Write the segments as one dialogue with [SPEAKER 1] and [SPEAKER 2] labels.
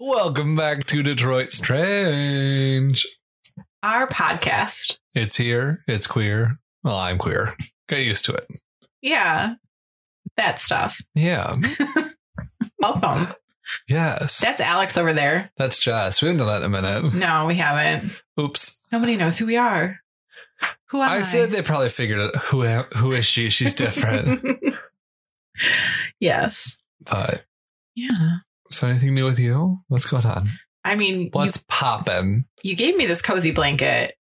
[SPEAKER 1] Welcome back to Detroit Strange.
[SPEAKER 2] Our podcast.
[SPEAKER 1] It's here. It's queer. Well, I'm queer. Get used to it.
[SPEAKER 2] Yeah. That stuff.
[SPEAKER 1] Yeah.
[SPEAKER 2] Welcome.
[SPEAKER 1] Yes.
[SPEAKER 2] That's Alex over there.
[SPEAKER 1] That's Jess. We haven't done that in a minute.
[SPEAKER 2] No, we haven't.
[SPEAKER 1] Oops.
[SPEAKER 2] Nobody knows who we are. Who am I?
[SPEAKER 1] I feel like they probably figured out who am- who is she? She's different.
[SPEAKER 2] yes.
[SPEAKER 1] but
[SPEAKER 2] Yeah.
[SPEAKER 1] so anything new with you? What's going on?
[SPEAKER 2] I mean, you,
[SPEAKER 1] What's poppin'?
[SPEAKER 2] you gave me this cozy blanket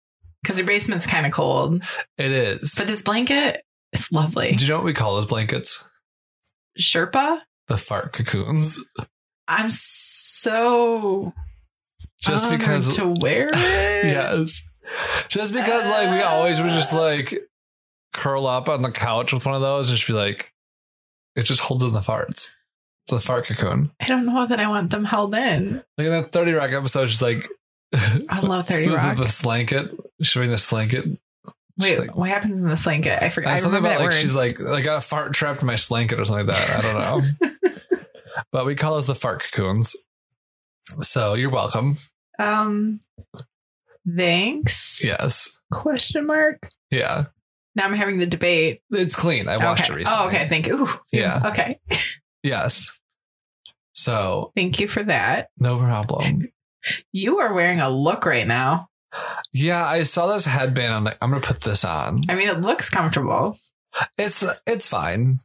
[SPEAKER 2] because your basement's kind of cold,
[SPEAKER 1] It is.
[SPEAKER 2] but this blanket is lovely.
[SPEAKER 1] Do you know what we call those blankets?
[SPEAKER 2] Sherpa,
[SPEAKER 1] The fart cocoons.
[SPEAKER 2] I'm so
[SPEAKER 1] Just
[SPEAKER 2] honored
[SPEAKER 1] because
[SPEAKER 2] to wear it.
[SPEAKER 1] yes. Just because, like, we always would
[SPEAKER 2] Ah.
[SPEAKER 1] just like curl up on the couch with one of those and just be like, it just holds in the farts. It's the fart cocoon.
[SPEAKER 2] I don't know that I want them held in.
[SPEAKER 1] Like in that 30 Rock episode, she's like,
[SPEAKER 2] I love Thirty
[SPEAKER 1] the,
[SPEAKER 2] Rock.
[SPEAKER 1] the slanket, showing the slanket.
[SPEAKER 2] Wait,
[SPEAKER 1] She's like,
[SPEAKER 2] what happens in the slanket? I forgot. I
[SPEAKER 1] uh, something
[SPEAKER 2] remember
[SPEAKER 1] about
[SPEAKER 2] that
[SPEAKER 1] like,
[SPEAKER 2] word.
[SPEAKER 1] she's like, I got a fart trapped in my slanket or something like that. I don't know. but we call those the fart cocoons. So you're welcome.
[SPEAKER 2] um, thanks.
[SPEAKER 1] Yes.
[SPEAKER 2] Question mark.
[SPEAKER 1] Yeah.
[SPEAKER 2] Now I'm having the debate.
[SPEAKER 1] It's clean. I watched
[SPEAKER 2] okay.
[SPEAKER 1] it recently.
[SPEAKER 2] Oh, okay. Thank you. Ooh.
[SPEAKER 1] Yeah.
[SPEAKER 2] Okay.
[SPEAKER 1] Yes. So
[SPEAKER 2] Thank you for that.
[SPEAKER 1] no problem.
[SPEAKER 2] You are wearing a look right now.
[SPEAKER 1] Yeah, I saw this headband. I'm like, I'm gonna put this on.
[SPEAKER 2] I mean, it looks comfortable.
[SPEAKER 1] It's it's fine.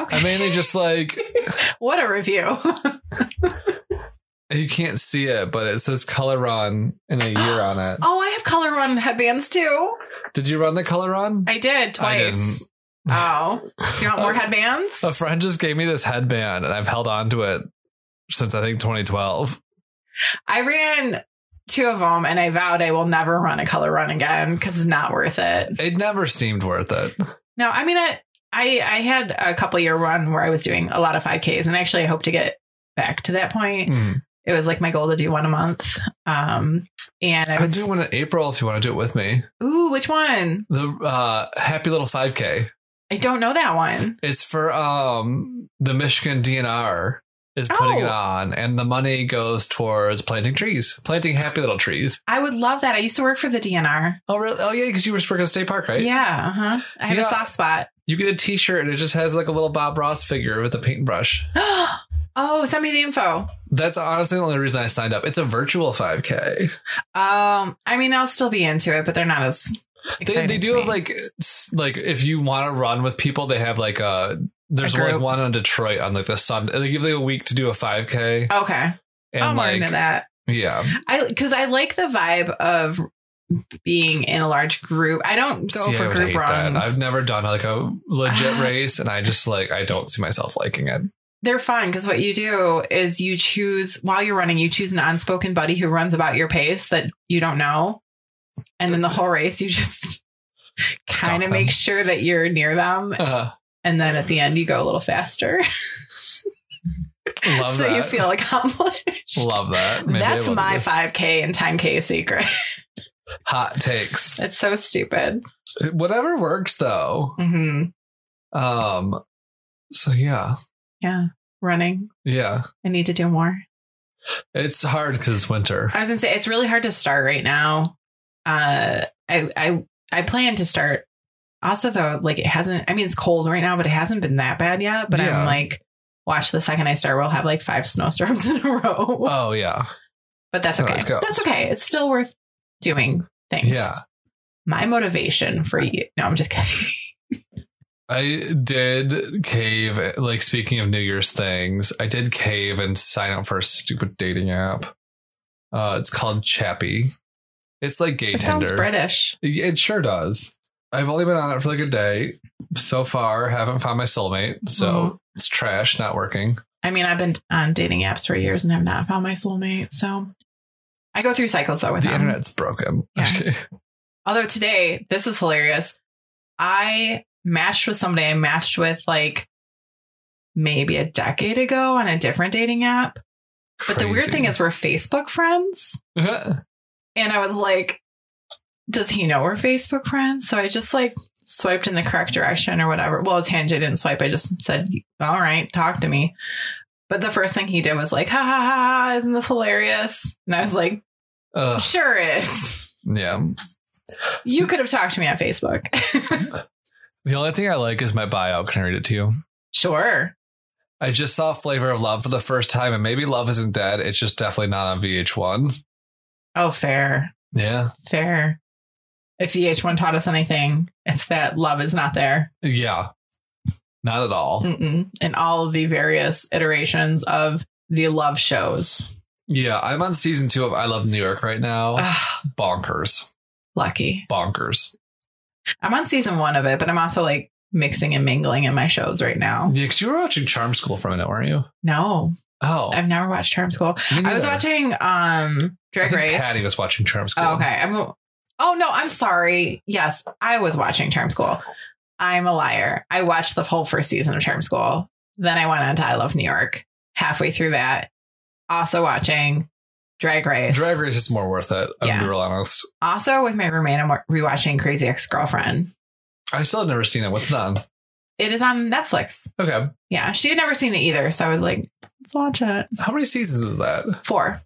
[SPEAKER 2] Okay.
[SPEAKER 1] I mainly just like
[SPEAKER 2] what a review. Oh,
[SPEAKER 1] you can't see it, but it says color run and a year on it.
[SPEAKER 2] oh, I have color run headbands too.
[SPEAKER 1] Did you run the color run?
[SPEAKER 2] I did
[SPEAKER 1] I
[SPEAKER 2] twice.
[SPEAKER 1] didn't.
[SPEAKER 2] Oh, do you want more headbands?
[SPEAKER 1] Uh, A friend just gave me this headband, and I've held on to it since I think 2012. uh,
[SPEAKER 2] I ran two of them and I vowed I will never run a color run again because it's not worth it.
[SPEAKER 1] It never seemed worth it.
[SPEAKER 2] No, I mean, I, I, I had a couple year run where I was doing a lot of 5Ks and actually I hope to get back to that point.
[SPEAKER 1] Mm.
[SPEAKER 2] It was like my goal to do one a month. Um, and I
[SPEAKER 1] I
[SPEAKER 2] was,
[SPEAKER 1] do one in April if you want to do it with me.
[SPEAKER 2] ooh, which one?
[SPEAKER 1] The uh, Happy Little 5K.
[SPEAKER 2] I don't know that one.
[SPEAKER 1] It's for um the Michigan DNR is putting
[SPEAKER 2] Oh.
[SPEAKER 1] it on, and the money goes towards planting trees, planting happy little trees.
[SPEAKER 2] I would love that. I used to work for the DNR.
[SPEAKER 1] Oh really? Oh yeah, because you were working at State Park, right?
[SPEAKER 2] Yeah, uh-huh. I have
[SPEAKER 1] Yeah.
[SPEAKER 2] a soft spot.
[SPEAKER 1] You get a T-shirt, and it just has like a little Bob Ross figure with a paintbrush.
[SPEAKER 2] oh, send me the info.
[SPEAKER 1] That's honestly the only reason I signed up. It's a virtual 5K.
[SPEAKER 2] Um, I mean, I'll still be into it, but they're not as.
[SPEAKER 1] They,
[SPEAKER 2] exciting
[SPEAKER 1] they
[SPEAKER 2] to
[SPEAKER 1] do have
[SPEAKER 2] me.
[SPEAKER 1] like s- like if you want to run with people, they have like a there's
[SPEAKER 2] A
[SPEAKER 1] like
[SPEAKER 2] group.
[SPEAKER 1] one on Detroit on like the Sunday. They give you a week to do a 5K
[SPEAKER 2] Okay,
[SPEAKER 1] and
[SPEAKER 2] I'm more
[SPEAKER 1] like
[SPEAKER 2] into that.
[SPEAKER 1] yeah.
[SPEAKER 2] I because I like the vibe of being in a large group. I don't go
[SPEAKER 1] See, I
[SPEAKER 2] for
[SPEAKER 1] would
[SPEAKER 2] group
[SPEAKER 1] hate that.
[SPEAKER 2] runs.
[SPEAKER 1] I've never done like a legit
[SPEAKER 2] Ah.
[SPEAKER 1] race, and I just like I don't see myself liking it.
[SPEAKER 2] They're fun because what you do is you choose while you're running, you choose an unspoken buddy who runs about your pace that you don't know, and then the whole race you just
[SPEAKER 1] Stalk
[SPEAKER 2] kind of
[SPEAKER 1] them.
[SPEAKER 2] make sure that you're near them,
[SPEAKER 1] Uh,
[SPEAKER 2] and then at the end you go a little faster,
[SPEAKER 1] love
[SPEAKER 2] so
[SPEAKER 1] that.
[SPEAKER 2] you feel accomplished.
[SPEAKER 1] love that. Maybe I
[SPEAKER 2] That's
[SPEAKER 1] will do
[SPEAKER 2] my
[SPEAKER 1] this.
[SPEAKER 2] 5K and 10K secret.
[SPEAKER 1] hot takes.
[SPEAKER 2] It's so stupid.
[SPEAKER 1] Whatever works though.
[SPEAKER 2] hmm
[SPEAKER 1] Um. So yeah,
[SPEAKER 2] Yeah, running.
[SPEAKER 1] yeah.
[SPEAKER 2] I need to do more.
[SPEAKER 1] It's hard because it's winter.
[SPEAKER 2] I was gonna say it's really hard to start right now. Uh, I I I plan to start. Also, though, like it hasn't. I mean, it's cold right now, but it hasn't been that bad yet. But
[SPEAKER 1] Yeah.
[SPEAKER 2] I'm like, watch the second I start, we'll have like five snowstorms in a row.
[SPEAKER 1] Oh yeah,
[SPEAKER 2] but that's
[SPEAKER 1] no,
[SPEAKER 2] okay.
[SPEAKER 1] let's go.
[SPEAKER 2] That's okay. It's still worth doing things.
[SPEAKER 1] yeah.
[SPEAKER 2] My motivation for you. No, I'm just kidding.
[SPEAKER 1] I did cave. Like speaking of New Year's things, I did cave and sign up for a stupid dating app. Uh, it's called Chappie. It's like gay
[SPEAKER 2] It
[SPEAKER 1] Tinder.
[SPEAKER 2] sounds British.
[SPEAKER 1] It sure does. I've only been on it for like a day so far. Haven't found my soulmate, so
[SPEAKER 2] Mhm.
[SPEAKER 1] it's trash. Not working.
[SPEAKER 2] I mean, I've been on dating apps for years and have not found my soulmate. So I go through cycles though with
[SPEAKER 1] the
[SPEAKER 2] them.
[SPEAKER 1] internet's broken.
[SPEAKER 2] Yeah.
[SPEAKER 1] Okay.
[SPEAKER 2] Although today, this is hilarious. I matched with somebody I matched with like maybe a decade ago on a different dating app. But the weird
[SPEAKER 1] Crazy.
[SPEAKER 2] thing is, we're Facebook friends. And I was like, does he know we're Facebook friends? So I just like swiped in the correct direction or whatever. Well, it's hand I didn't swipe. I just said, all right, talk to me. But the first thing he did was like, ha ha ha, ha isn't this hilarious? And I was like,
[SPEAKER 1] Ugh,
[SPEAKER 2] sure is.
[SPEAKER 1] Uh, yeah.
[SPEAKER 2] You could have talked to me on Facebook.
[SPEAKER 1] The only thing I like is my bio. Can I read it to you?
[SPEAKER 2] sure.
[SPEAKER 1] I just saw Flavor of Love for the first time, and maybe Love Isn't Dead. It's just definitely not on VH1.
[SPEAKER 2] Oh, fair.
[SPEAKER 1] Yeah.
[SPEAKER 2] Fair. If VH1 taught us anything, it's that love is not there.
[SPEAKER 1] Yeah. Not at all.
[SPEAKER 2] Mm-mm. In all of the various iterations of the love shows.
[SPEAKER 1] Yeah. I'm on season two of I Love New York right now.
[SPEAKER 2] Ugh,
[SPEAKER 1] Bonkers.
[SPEAKER 2] lucky.
[SPEAKER 1] Bonkers.
[SPEAKER 2] I'm on season one of it, but I'm also like mixing and mingling in my shows right now.
[SPEAKER 1] Yeah, 'cause you were watching Charm School for a minute, weren't you?
[SPEAKER 2] No,
[SPEAKER 1] Oh.
[SPEAKER 2] I've never watched Charm School.
[SPEAKER 1] me
[SPEAKER 2] I was
[SPEAKER 1] neither.
[SPEAKER 2] watching um
[SPEAKER 1] I
[SPEAKER 2] Drag
[SPEAKER 1] think
[SPEAKER 2] Race.
[SPEAKER 1] Patty was watching Charm School.
[SPEAKER 2] Oh, okay. I'm Oh no, I'm sorry. Yes, I was watching Charm School. I'm a liar. I watched the whole first season of Charm School. Then I went on to I Love New York halfway through that. Also watching Drag Race.
[SPEAKER 1] Drag Race is more worth it. I'm gonna
[SPEAKER 2] Yeah.
[SPEAKER 1] be real honest.
[SPEAKER 2] Also with my roommate, I'm wa- rewatching Crazy Ex-Girlfriend.
[SPEAKER 1] I still have never seen it. What's it on?
[SPEAKER 2] It is on Netflix.
[SPEAKER 1] Okay.
[SPEAKER 2] Yeah, she had never seen it either, so I was like, let's watch it.
[SPEAKER 1] How many seasons is that?
[SPEAKER 2] Four.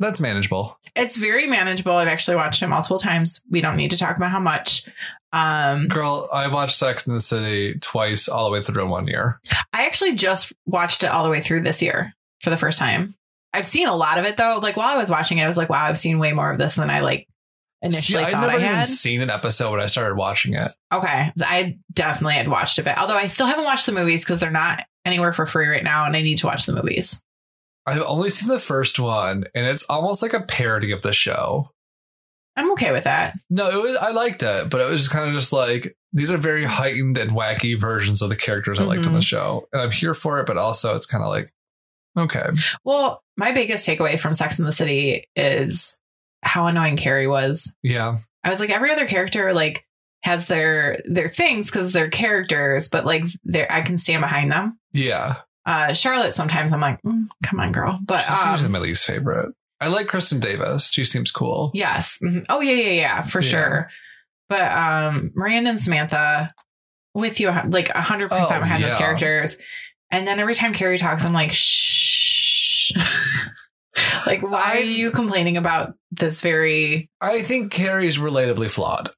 [SPEAKER 1] That's manageable.
[SPEAKER 2] It's very manageable. I've actually watched it multiple times. We don't need to talk about how much. Um,
[SPEAKER 1] Girl, I watched Sex in the City twice all the way through in one year.
[SPEAKER 2] I actually just watched it all the way through this year for the first time. I've seen a lot of it though. Like while I was watching it, I was like, wow, I've seen way more of this than I like initially
[SPEAKER 1] See, I'd
[SPEAKER 2] thought
[SPEAKER 1] never
[SPEAKER 2] I
[SPEAKER 1] even
[SPEAKER 2] had.
[SPEAKER 1] seen an episode when I started watching it.
[SPEAKER 2] okay. So I definitely had watched a bit. Although I still haven't watched the movies because they're not anywhere for free right now and I need to watch the movies.
[SPEAKER 1] I've only seen the first one, and it's almost like a parody of the show.
[SPEAKER 2] I'm okay with that.
[SPEAKER 1] No, it was, I liked it, but it was just kind of just like these are very heightened and wacky versions of the characters I liked on
[SPEAKER 2] Mm-hmm.
[SPEAKER 1] the show, and I'm here for it. But also, it's kind of like, okay,
[SPEAKER 2] Well, my biggest takeaway from Sex in the City is how annoying Carrie was
[SPEAKER 1] yeah,
[SPEAKER 2] I was like, every other character like has their their things because they're characters, but like they I can stand behind them.
[SPEAKER 1] yeah.
[SPEAKER 2] Uh, Charlotte, sometimes I'm like, "Mm, come on, girl. But
[SPEAKER 1] She's usually
[SPEAKER 2] um,
[SPEAKER 1] my least favorite. I like Kristen Davis. She seems cool.
[SPEAKER 2] yes, Mhm. oh yeah, yeah, yeah, for
[SPEAKER 1] Yeah.
[SPEAKER 2] sure. But um, Miranda and Samantha, with you like hundred
[SPEAKER 1] Oh,
[SPEAKER 2] percent behind
[SPEAKER 1] yeah.
[SPEAKER 2] those characters. And then every time Carrie talks, I'm like, shh. like, why
[SPEAKER 1] I-
[SPEAKER 2] are you complaining about this very?
[SPEAKER 1] I think Carrie's relatably flawed.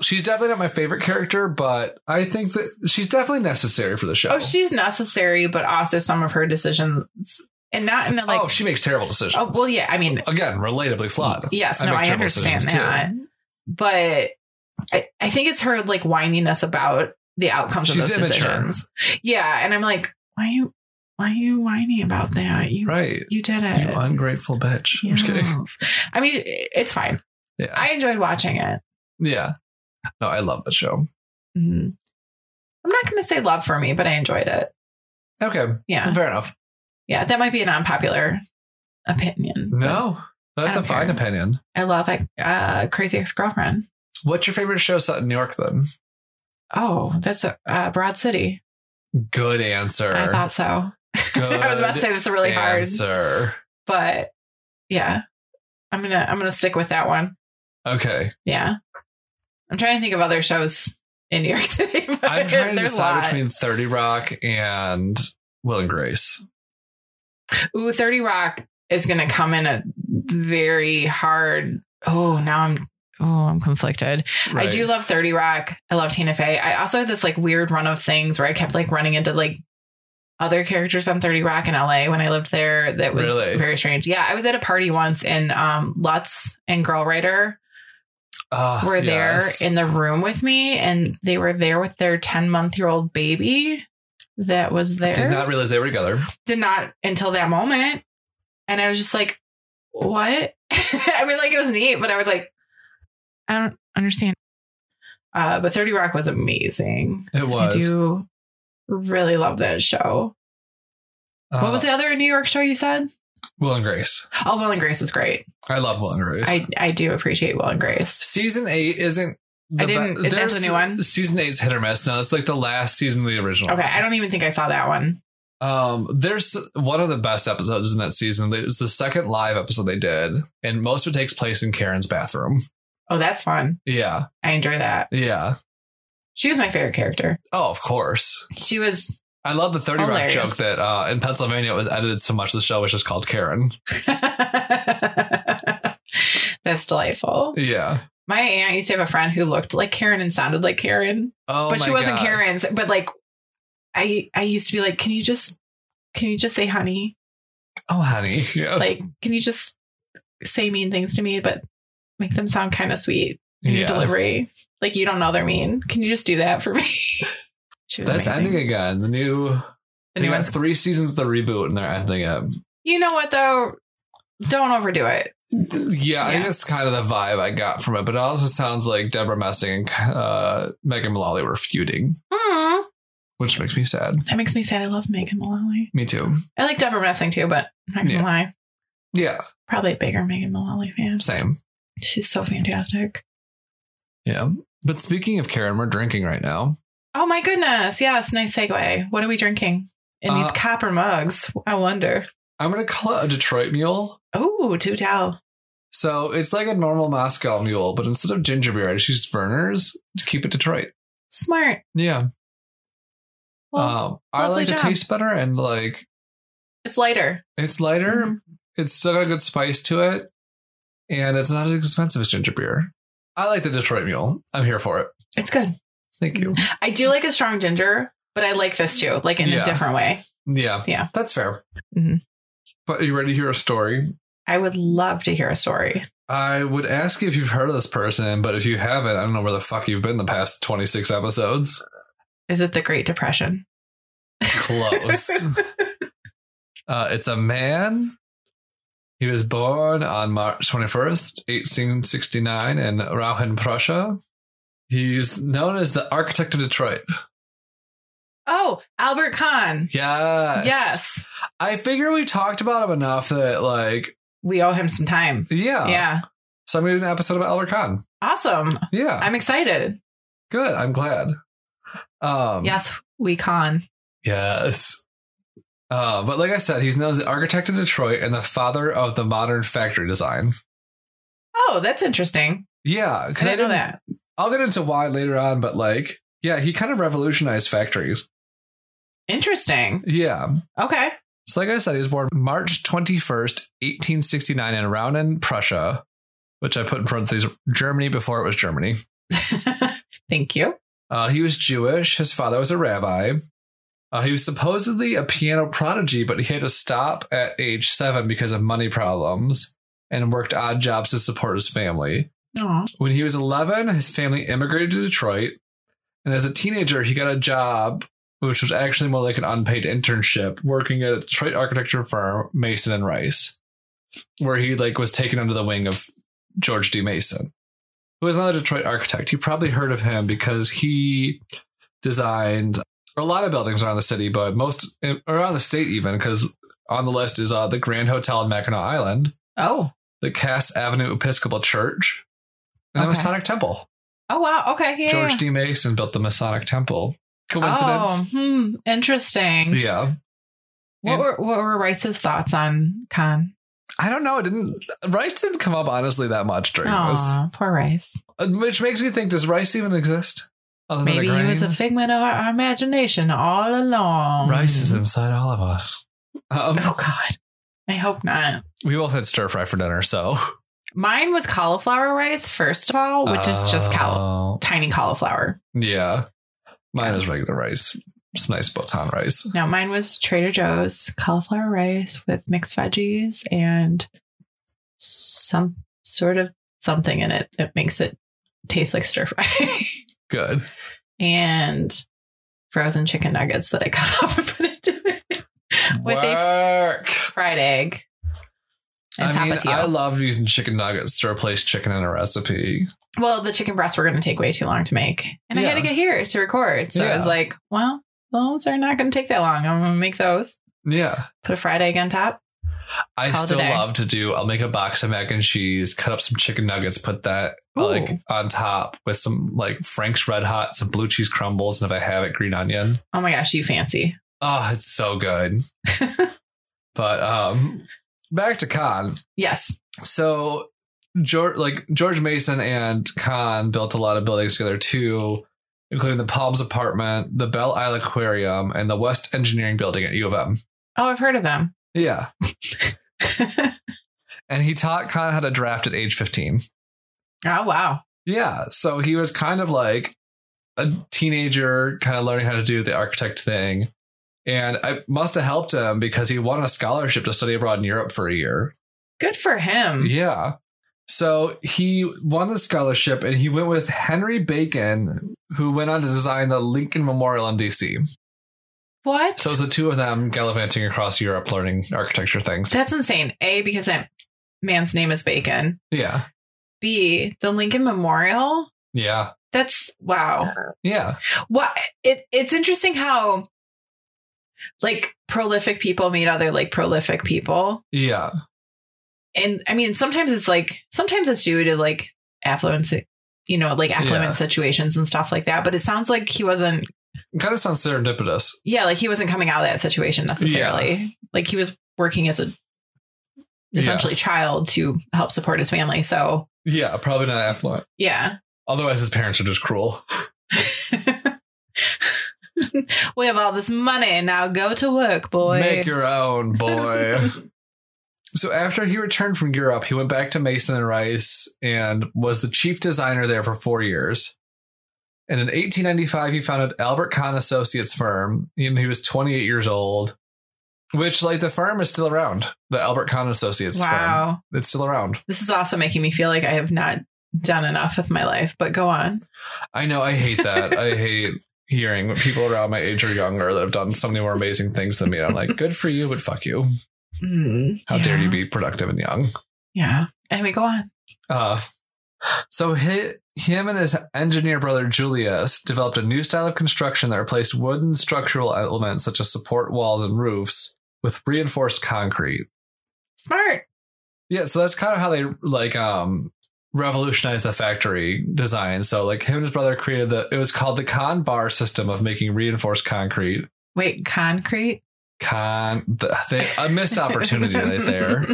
[SPEAKER 1] She's definitely not my favorite character, but I think that she's definitely necessary for the show.
[SPEAKER 2] Oh, she's necessary, but also some of her decisions, and not in a like
[SPEAKER 1] oh, she makes terrible decisions.
[SPEAKER 2] Oh well, yeah. I mean,
[SPEAKER 1] Again, relatably flawed.
[SPEAKER 2] yes,
[SPEAKER 1] I
[SPEAKER 2] no,
[SPEAKER 1] make
[SPEAKER 2] I
[SPEAKER 1] terrible
[SPEAKER 2] understand
[SPEAKER 1] decisions, too.
[SPEAKER 2] that, but I, I think it's her like whininess about the outcomes
[SPEAKER 1] She's
[SPEAKER 2] of those
[SPEAKER 1] immature.
[SPEAKER 2] decisions. Yeah, and I'm like, why you, why are you whining about that? You,
[SPEAKER 1] Right.
[SPEAKER 2] you did
[SPEAKER 1] You
[SPEAKER 2] it.
[SPEAKER 1] ungrateful bitch. I'm just kidding.
[SPEAKER 2] Yes. I mean, it's fine.
[SPEAKER 1] Yeah.
[SPEAKER 2] I enjoyed watching it.
[SPEAKER 1] yeah. No, I love the show.
[SPEAKER 2] Mhm. I'm not going to say love for me, but I enjoyed it.
[SPEAKER 1] Okay.
[SPEAKER 2] Yeah,
[SPEAKER 1] Fair enough.
[SPEAKER 2] yeah. That might be an unpopular opinion. but
[SPEAKER 1] No, that's
[SPEAKER 2] I
[SPEAKER 1] a
[SPEAKER 2] don't
[SPEAKER 1] fine
[SPEAKER 2] care.
[SPEAKER 1] opinion.
[SPEAKER 2] I love like uh, Crazy Ex-Girlfriend.
[SPEAKER 1] What's your favorite show set in New York then?
[SPEAKER 2] Oh, that's a uh, Broad City.
[SPEAKER 1] Good answer.
[SPEAKER 2] I thought so.
[SPEAKER 1] Good
[SPEAKER 2] I was about to say that's really hard,
[SPEAKER 1] answer.
[SPEAKER 2] but yeah, I'm gonna I'm gonna stick with that one.
[SPEAKER 1] Okay.
[SPEAKER 2] Yeah, I'm trying to think of other shows in New York City. But
[SPEAKER 1] I'm trying to
[SPEAKER 2] there's a
[SPEAKER 1] decide
[SPEAKER 2] lot.
[SPEAKER 1] between 30 Rock and Will and Grace.
[SPEAKER 2] Ooh, Thirty Rock is gonna come in a very hard. Oh, now I'm oh I'm conflicted. I
[SPEAKER 1] Right.
[SPEAKER 2] do love Thirty Rock. I love Tina Fey. I also had this like weird run of things where I kept like running into like. Other characters on 30 Rock in LA when I lived there that was
[SPEAKER 1] Really?
[SPEAKER 2] very strange. Yeah, I was at a party once and um Lutz and Girl Writer
[SPEAKER 1] Ah,
[SPEAKER 2] were
[SPEAKER 1] yes.
[SPEAKER 2] there in the room with me and they were there with their 10 month year old baby that was there.
[SPEAKER 1] Did not realize they were together.
[SPEAKER 2] Did not until that moment. And I was just like, what? I mean, like it was neat, but I was like, I don't understand. Uh, but 30 Rock was amazing.
[SPEAKER 1] It was.
[SPEAKER 2] I do really love that show.
[SPEAKER 1] Uh,
[SPEAKER 2] what was the other New York show you said?
[SPEAKER 1] Will and Grace.
[SPEAKER 2] Oh, Will and Grace was great.
[SPEAKER 1] I love Will and Grace.
[SPEAKER 2] I, I do appreciate Will and Grace.
[SPEAKER 1] season eight isn't.
[SPEAKER 2] I didn't-
[SPEAKER 1] be-
[SPEAKER 2] it- there's a new one?
[SPEAKER 1] Season eight's hit or miss. No, it's like the last season of the original.
[SPEAKER 2] Okay, I don't even think I saw that one.
[SPEAKER 1] Um, there's one of the best episodes in that season. It's the second live episode they did, and most of it takes place in Karen's bathroom.
[SPEAKER 2] Oh, that's fun.
[SPEAKER 1] Yeah,
[SPEAKER 2] I enjoy that.
[SPEAKER 1] yeah.
[SPEAKER 2] She was my favorite character.
[SPEAKER 1] Oh, of course.
[SPEAKER 2] She was
[SPEAKER 1] I love the 30 Rock
[SPEAKER 2] Hilarious.
[SPEAKER 1] joke that uh, in Pennsylvania it was edited so much the show was just called Karen.
[SPEAKER 2] That's delightful.
[SPEAKER 1] Yeah.
[SPEAKER 2] My aunt used to have a friend who looked like Karen and sounded like Karen,
[SPEAKER 1] Oh,
[SPEAKER 2] but she
[SPEAKER 1] my
[SPEAKER 2] wasn't
[SPEAKER 1] God.
[SPEAKER 2] Karen's. But like, I I used to be like, can you just can you just say honey?
[SPEAKER 1] Oh, honey. Yeah.
[SPEAKER 2] Like, can you just say mean things to me, but make them sound kind of sweet in your
[SPEAKER 1] Yeah.
[SPEAKER 2] delivery? Like you don't know they're mean. Can you just do that for me? she was
[SPEAKER 1] That's
[SPEAKER 2] amazing.
[SPEAKER 1] ending again. The new.
[SPEAKER 2] The
[SPEAKER 1] they
[SPEAKER 2] new
[SPEAKER 1] got
[SPEAKER 2] ones.
[SPEAKER 1] three seasons of the reboot and they're ending it.
[SPEAKER 2] You know what though? Don't overdo it.
[SPEAKER 1] Yeah, I think
[SPEAKER 2] Yeah.
[SPEAKER 1] that's kind of the vibe I got from it. But it also sounds like Deborah Messing and uh, Megan Mullally were feuding,
[SPEAKER 2] Mm.
[SPEAKER 1] which makes me sad.
[SPEAKER 2] That makes me sad. I love Megan Mullally.
[SPEAKER 1] Me too.
[SPEAKER 2] I like Deborah Messing too, but I'm not gonna
[SPEAKER 1] Yeah.
[SPEAKER 2] lie.
[SPEAKER 1] Yeah,
[SPEAKER 2] Probably a bigger Megan Mullally fan.
[SPEAKER 1] same.
[SPEAKER 2] She's so fantastic.
[SPEAKER 1] Yeah. But speaking of Karen, we're drinking right now.
[SPEAKER 2] Oh my goodness. Yes, nice segue. What are we drinking? In these
[SPEAKER 1] Uh,
[SPEAKER 2] copper mugs. I wonder.
[SPEAKER 1] I'm going to call it a Detroit Mule.
[SPEAKER 2] Oh, do tell.
[SPEAKER 1] So it's like a normal Moscow Mule, but instead of ginger beer, I just used Verner's to keep it Detroit.
[SPEAKER 2] Smart.
[SPEAKER 1] Yeah.
[SPEAKER 2] Well,
[SPEAKER 1] um, I
[SPEAKER 2] lovely
[SPEAKER 1] like the
[SPEAKER 2] job.
[SPEAKER 1] taste better and like
[SPEAKER 2] it's lighter.
[SPEAKER 1] it's lighter.
[SPEAKER 2] Mhm.
[SPEAKER 1] It's still got a good spice to it. And it's not as expensive as ginger beer. I like the Detroit Mule. I'm here for it.
[SPEAKER 2] It's good.
[SPEAKER 1] Thank you.
[SPEAKER 2] I do like a strong ginger, but I like this too, like in
[SPEAKER 1] Yeah.
[SPEAKER 2] a different way.
[SPEAKER 1] Yeah.
[SPEAKER 2] Yeah.
[SPEAKER 1] That's fair.
[SPEAKER 2] Mhm.
[SPEAKER 1] But are you ready to hear a story?
[SPEAKER 2] I would love to hear a story.
[SPEAKER 1] I would ask you if you've heard of this person, but if you haven't, I don't know where the fuck you've been the past 26 episodes.
[SPEAKER 2] Is it the Great Depression?
[SPEAKER 1] Close. uh, it's a man. He was born on March 21st, 1869, in Rauchen, Prussia. He's known as the architect of Detroit.
[SPEAKER 2] Oh, Albert Kahn.
[SPEAKER 1] Yes.
[SPEAKER 2] Yes.
[SPEAKER 1] I figure we talked about him enough that, like,
[SPEAKER 2] We owe him some time.
[SPEAKER 1] yeah.
[SPEAKER 2] yeah.
[SPEAKER 1] So I'm going to do an episode about Albert Kahn.
[SPEAKER 2] Awesome.
[SPEAKER 1] Yeah.
[SPEAKER 2] I'm excited.
[SPEAKER 1] Good. I'm glad. Um,
[SPEAKER 2] Yes, we con.
[SPEAKER 1] Yes. Uh, but like I said, he's known as the architect of Detroit and the father of the modern factory design.
[SPEAKER 2] Oh, that's interesting.
[SPEAKER 1] Yeah,
[SPEAKER 2] I didn't know that.
[SPEAKER 1] I'll get into why later on, but like, yeah, he kind of revolutionized factories.
[SPEAKER 2] Interesting.
[SPEAKER 1] Yeah.
[SPEAKER 2] Okay.
[SPEAKER 1] So like I said, he was born March twenty first, eighteen sixty nine, in Raunen, Prussia, which I put in parentheses Germany before it was Germany.
[SPEAKER 2] Thank you.
[SPEAKER 1] Uh, he was Jewish. His father was a rabbi. Uh, he was supposedly a piano prodigy, but he had to stop at age seven because of money problems and worked odd jobs to support his family.
[SPEAKER 2] Aw.
[SPEAKER 1] When he was 11, his family immigrated to Detroit. And as a teenager, he got a job, which was actually more like an unpaid internship, working at a Detroit architecture firm, Mason and Rice, where he like was taken under the wing of George D. Mason, who was another Detroit architect. You probably heard of him because he designed a lot of buildings around the city, but most eh, around the state even, because on the list is uh, the Grand Hotel in Mackinac Island,
[SPEAKER 2] Oh.
[SPEAKER 1] the Cass Avenue Episcopal Church, and the
[SPEAKER 2] Okay.
[SPEAKER 1] Masonic Temple.
[SPEAKER 2] Oh wow. Okay. Yeah.
[SPEAKER 1] George D. Mason built the Masonic Temple.
[SPEAKER 2] Oh,
[SPEAKER 1] Coincidence?
[SPEAKER 2] hmm. Interesting.
[SPEAKER 1] Yeah.
[SPEAKER 2] What were what were Rice's thoughts on Khan?
[SPEAKER 1] I don't know. It didn't Rice didn't come up honestly that much during this,
[SPEAKER 2] Oh, poor Rice.
[SPEAKER 1] Uh, which makes me think: Does Rice even exist? Other than
[SPEAKER 2] Maybe
[SPEAKER 1] a
[SPEAKER 2] he was a
[SPEAKER 1] grain?
[SPEAKER 2] figment of our imagination all along.
[SPEAKER 1] Rice is inside all of us. Um,
[SPEAKER 2] Oh God. I hope not.
[SPEAKER 1] we both had stir fry for dinner, so
[SPEAKER 2] Mine was cauliflower rice, first of all, Oh, which is just caul-
[SPEAKER 1] cow.
[SPEAKER 2] tiny cauliflower.
[SPEAKER 1] Uh, Yeah, mine is regular rice. It's nice botan rice.
[SPEAKER 2] No, mine was Trader Joe's cauliflower rice with mixed veggies and some sort of something in it that makes it taste like stir fry
[SPEAKER 1] Good.
[SPEAKER 2] and frozen chicken nuggets that I cut off and put into it. With a
[SPEAKER 1] Work.
[SPEAKER 2] fried egg and
[SPEAKER 1] I mean,
[SPEAKER 2] tapatio.
[SPEAKER 1] I love using chicken nuggets to replace chicken in a recipe.
[SPEAKER 2] well, the chicken breasts were going to take way too long to make, and I had to
[SPEAKER 1] Yeah.
[SPEAKER 2] get here to record. So I was
[SPEAKER 1] Yeah.
[SPEAKER 2] like, well, those are not going to take that long. I'm going to make those.
[SPEAKER 1] Yeah.
[SPEAKER 2] Put a fried egg on top.
[SPEAKER 1] I
[SPEAKER 2] Call it a
[SPEAKER 1] still
[SPEAKER 2] day.
[SPEAKER 1] love to do. I'll make a box of mac and cheese, cut up some chicken nuggets, put that
[SPEAKER 2] Ooh.
[SPEAKER 1] like on top with some like Frank's Red Hot, some blue cheese crumbles, and if I have it, green onion.
[SPEAKER 2] Oh my gosh, you fancy.
[SPEAKER 1] Oh, it's so good. but um, back to Khan.
[SPEAKER 2] Yes.
[SPEAKER 1] So George, like George Mason and Khan built a lot of buildings together too. including the Palms Apartment, the Belle Isle Aquarium, and the West Engineering Building at U of M.
[SPEAKER 2] Oh, I've heard of them.
[SPEAKER 1] Yeah. And he taught Khan how to draft at age 15.
[SPEAKER 2] Oh wow.
[SPEAKER 1] Yeah. So he was kind of like a teenager, kind of learning how to do the architect thing. And it must have helped him because he won a scholarship to study abroad in Europe for a year.
[SPEAKER 2] Good for him.
[SPEAKER 1] Yeah. So he won the scholarship and he went with Henry Bacon, who went on to design the Lincoln Memorial in DC.
[SPEAKER 2] What?
[SPEAKER 1] So it's the two of them gallivanting across Europe learning architecture things.
[SPEAKER 2] That's insane. A because that man's name is Bacon.
[SPEAKER 1] Yeah.
[SPEAKER 2] B the Lincoln Memorial.
[SPEAKER 1] Yeah.
[SPEAKER 2] That's wow.
[SPEAKER 1] Yeah.
[SPEAKER 2] What it it's interesting how like prolific people meet other like prolific people.
[SPEAKER 1] Yeah.
[SPEAKER 2] And I mean sometimes it's like sometimes it's due to like affluence you know, like affluent
[SPEAKER 1] Yeah.
[SPEAKER 2] situations and stuff like that. But it sounds like he wasn't
[SPEAKER 1] Kind of sounds serendipitous.
[SPEAKER 2] yeah, like he wasn't coming out of that situation necessarily. Like he was working as a essentially child to help support his family. So
[SPEAKER 1] Yeah. yeah. Probably not affluent.
[SPEAKER 2] yeah.
[SPEAKER 1] Otherwise, his parents are just cruel.
[SPEAKER 2] we have all this money now. Go to work, boy.
[SPEAKER 1] Make your own, boy. so after he returned from Europe, he went back to Mason and Rice and was the chief designer there for four years. And in 1895, he founded Albert Kahn Associates firm, and he was 28 years old. Which, like, the firm is still around. The Albert Kahn Associates firm,
[SPEAKER 2] wow,
[SPEAKER 1] it's still around.
[SPEAKER 2] this is also making me feel like I have not done enough with my life. But go on.
[SPEAKER 1] I know, I hate that. I hate hearing what people around my age or younger that have done so many more amazing things than me. I'm like, good for you, but fuck you.
[SPEAKER 2] Mm,
[SPEAKER 1] How
[SPEAKER 2] yeah.
[SPEAKER 1] dare you be productive and young?
[SPEAKER 2] Yeah. Anyway, go on.
[SPEAKER 1] Uh, so hi him and his engineer brother Julius developed a new style of construction that replaced wooden structural elements such as support walls and roofs with reinforced concrete.
[SPEAKER 2] Smart.
[SPEAKER 1] Yeah, so that's kind of how they like um revolutionized the factory design. So like him and his brother created the it was called the con bar system of making reinforced concrete.
[SPEAKER 2] Wait, concrete.
[SPEAKER 1] Con the, they, a missed opportunity right there.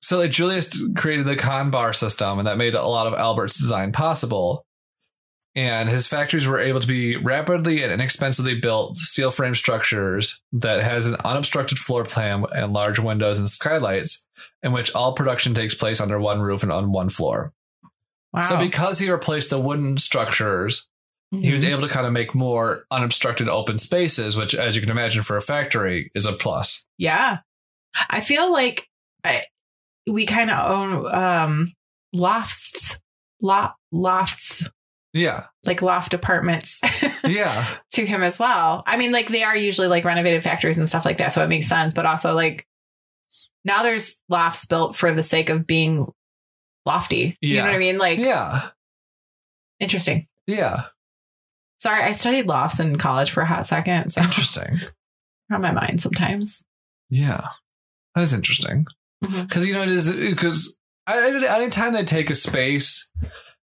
[SPEAKER 1] So like Julius created the con bar system, and that made a lot of Albert's design possible. And his factories were able to be rapidly and inexpensively built steel frame structures that has an unobstructed floor plan and large windows and skylights, in which all production takes place under one roof and on one floor.
[SPEAKER 2] Wow.
[SPEAKER 1] So because he replaced the wooden structures, he was
[SPEAKER 2] Mhm.
[SPEAKER 1] able to kind of make more unobstructed open spaces, which, as you can imagine, for a factory is a plus.
[SPEAKER 2] Yeah. I feel like I, we kind of own um lofts, loft, lofts,
[SPEAKER 1] Yeah,
[SPEAKER 2] like loft apartments
[SPEAKER 1] yeah.
[SPEAKER 2] to him as well. I mean, like they are usually like renovated factories and stuff like that, so it makes sense. But also, like now there's lofts built for the sake of being lofty. You
[SPEAKER 1] Yeah.
[SPEAKER 2] know what I mean? Like,
[SPEAKER 1] yeah,
[SPEAKER 2] interesting.
[SPEAKER 1] yeah.
[SPEAKER 2] Sorry, I studied lofts in college for a hot second, so
[SPEAKER 1] Interesting.
[SPEAKER 2] on my mind sometimes.
[SPEAKER 1] Yeah, that is interesting.
[SPEAKER 2] Mhm.
[SPEAKER 1] Because you know it is because anytime they take a space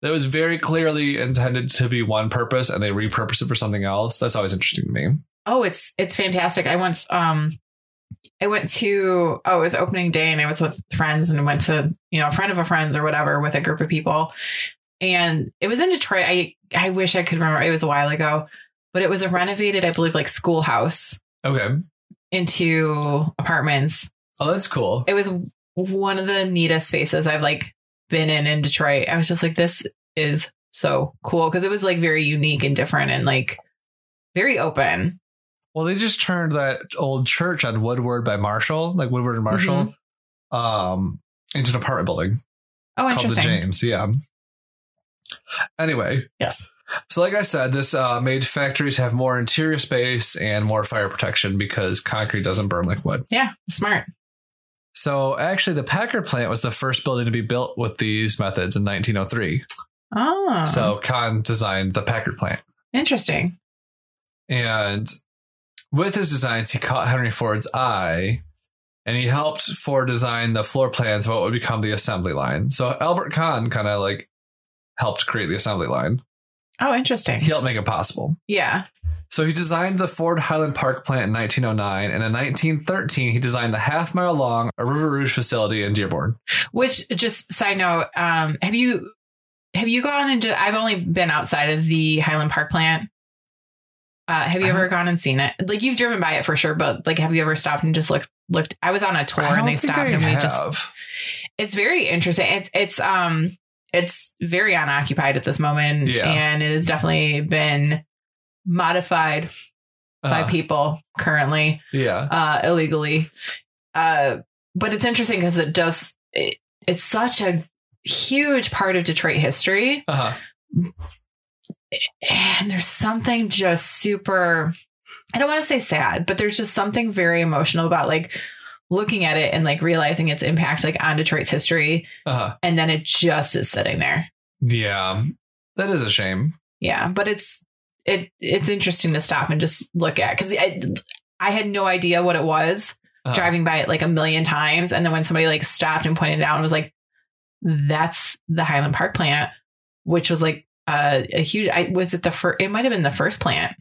[SPEAKER 1] that was very clearly intended to be one purpose and they repurpose it for something else, that's always interesting to me.
[SPEAKER 2] Oh, it's it's fantastic. I once um I went to oh, it was opening day and I was with friends and went to, you know, a friend of a friend's or whatever with a group of people. And it was in Detroit. I I wish I could remember. It was a while ago, but it was a renovated, I believe, like schoolhouse
[SPEAKER 1] Okay,
[SPEAKER 2] into apartments.
[SPEAKER 1] oh that's cool.
[SPEAKER 2] It was one of the neatest spaces I've like been in in Detroit. I was just like this is so cool because it was like very unique and different and like very open.
[SPEAKER 1] Well, they just turned that old church on Woodward by Marshall, like Woodward and Marshall, um, into an apartment building
[SPEAKER 2] Mm-hmm. Oh,
[SPEAKER 1] called the
[SPEAKER 2] interesting.
[SPEAKER 1] James. Yeah. Anyway,
[SPEAKER 2] Yes.
[SPEAKER 1] So, like I said, this uh, made factories have more interior space and more fire protection because concrete doesn't burn like wood.
[SPEAKER 2] Yeah, smart.
[SPEAKER 1] So, actually, the Packard plant was the first building to be built with these methods in 1903.
[SPEAKER 2] Oh,
[SPEAKER 1] So, Kahn designed the Packard plant.
[SPEAKER 2] interesting.
[SPEAKER 1] And with his designs, he caught Henry Ford's eye and he helped Ford design the floor plans of what would become the assembly line. So, Albert Kahn kind of like helped create the assembly line,
[SPEAKER 2] Oh,
[SPEAKER 1] he
[SPEAKER 2] interesting.
[SPEAKER 1] helped make it possible.
[SPEAKER 2] Yeah.
[SPEAKER 1] So he designed the Ford Highland Park plant in 1909, and in 1913 he designed the half mile long River Rouge facility in Dearborn.
[SPEAKER 2] Which just side note, um, have you have you gone and just, I've only been outside of the Highland Park plant. Uh, have you
[SPEAKER 1] I
[SPEAKER 2] ever
[SPEAKER 1] don't-
[SPEAKER 2] gone and seen it? Like you've driven by it for sure, but like have you ever stopped and just looked looked? I was on a tour
[SPEAKER 1] I don't
[SPEAKER 2] and they
[SPEAKER 1] think
[SPEAKER 2] stopped
[SPEAKER 1] I
[SPEAKER 2] and we
[SPEAKER 1] have.
[SPEAKER 2] just it's very interesting. It's it's um it's very unoccupied at this moment,
[SPEAKER 1] Yeah.
[SPEAKER 2] and it has definitely been modified by
[SPEAKER 1] Uh,
[SPEAKER 2] people currently
[SPEAKER 1] yeah.
[SPEAKER 2] uh, illegally. Uh, but it's interesting because it does it, it's such a huge part of Detroit history,
[SPEAKER 1] Uh-huh.
[SPEAKER 2] and there's something just super. I don't want to say sad, but there's just something very emotional about like looking at it and like realizing its impact like on Detroit's history
[SPEAKER 1] Uh-huh.
[SPEAKER 2] and then it just is sitting there.
[SPEAKER 1] Yeah. That is a shame.
[SPEAKER 2] Yeah, but it's it it's interesting to stop and just look at because I, I had no idea what it was
[SPEAKER 1] Uh-huh.
[SPEAKER 2] driving by it like a million times, and then when somebody like stopped and pointed it out and was like, "That's the Highland Park plant," which was like uh, a huge. I was it the first? It might have been the first plant.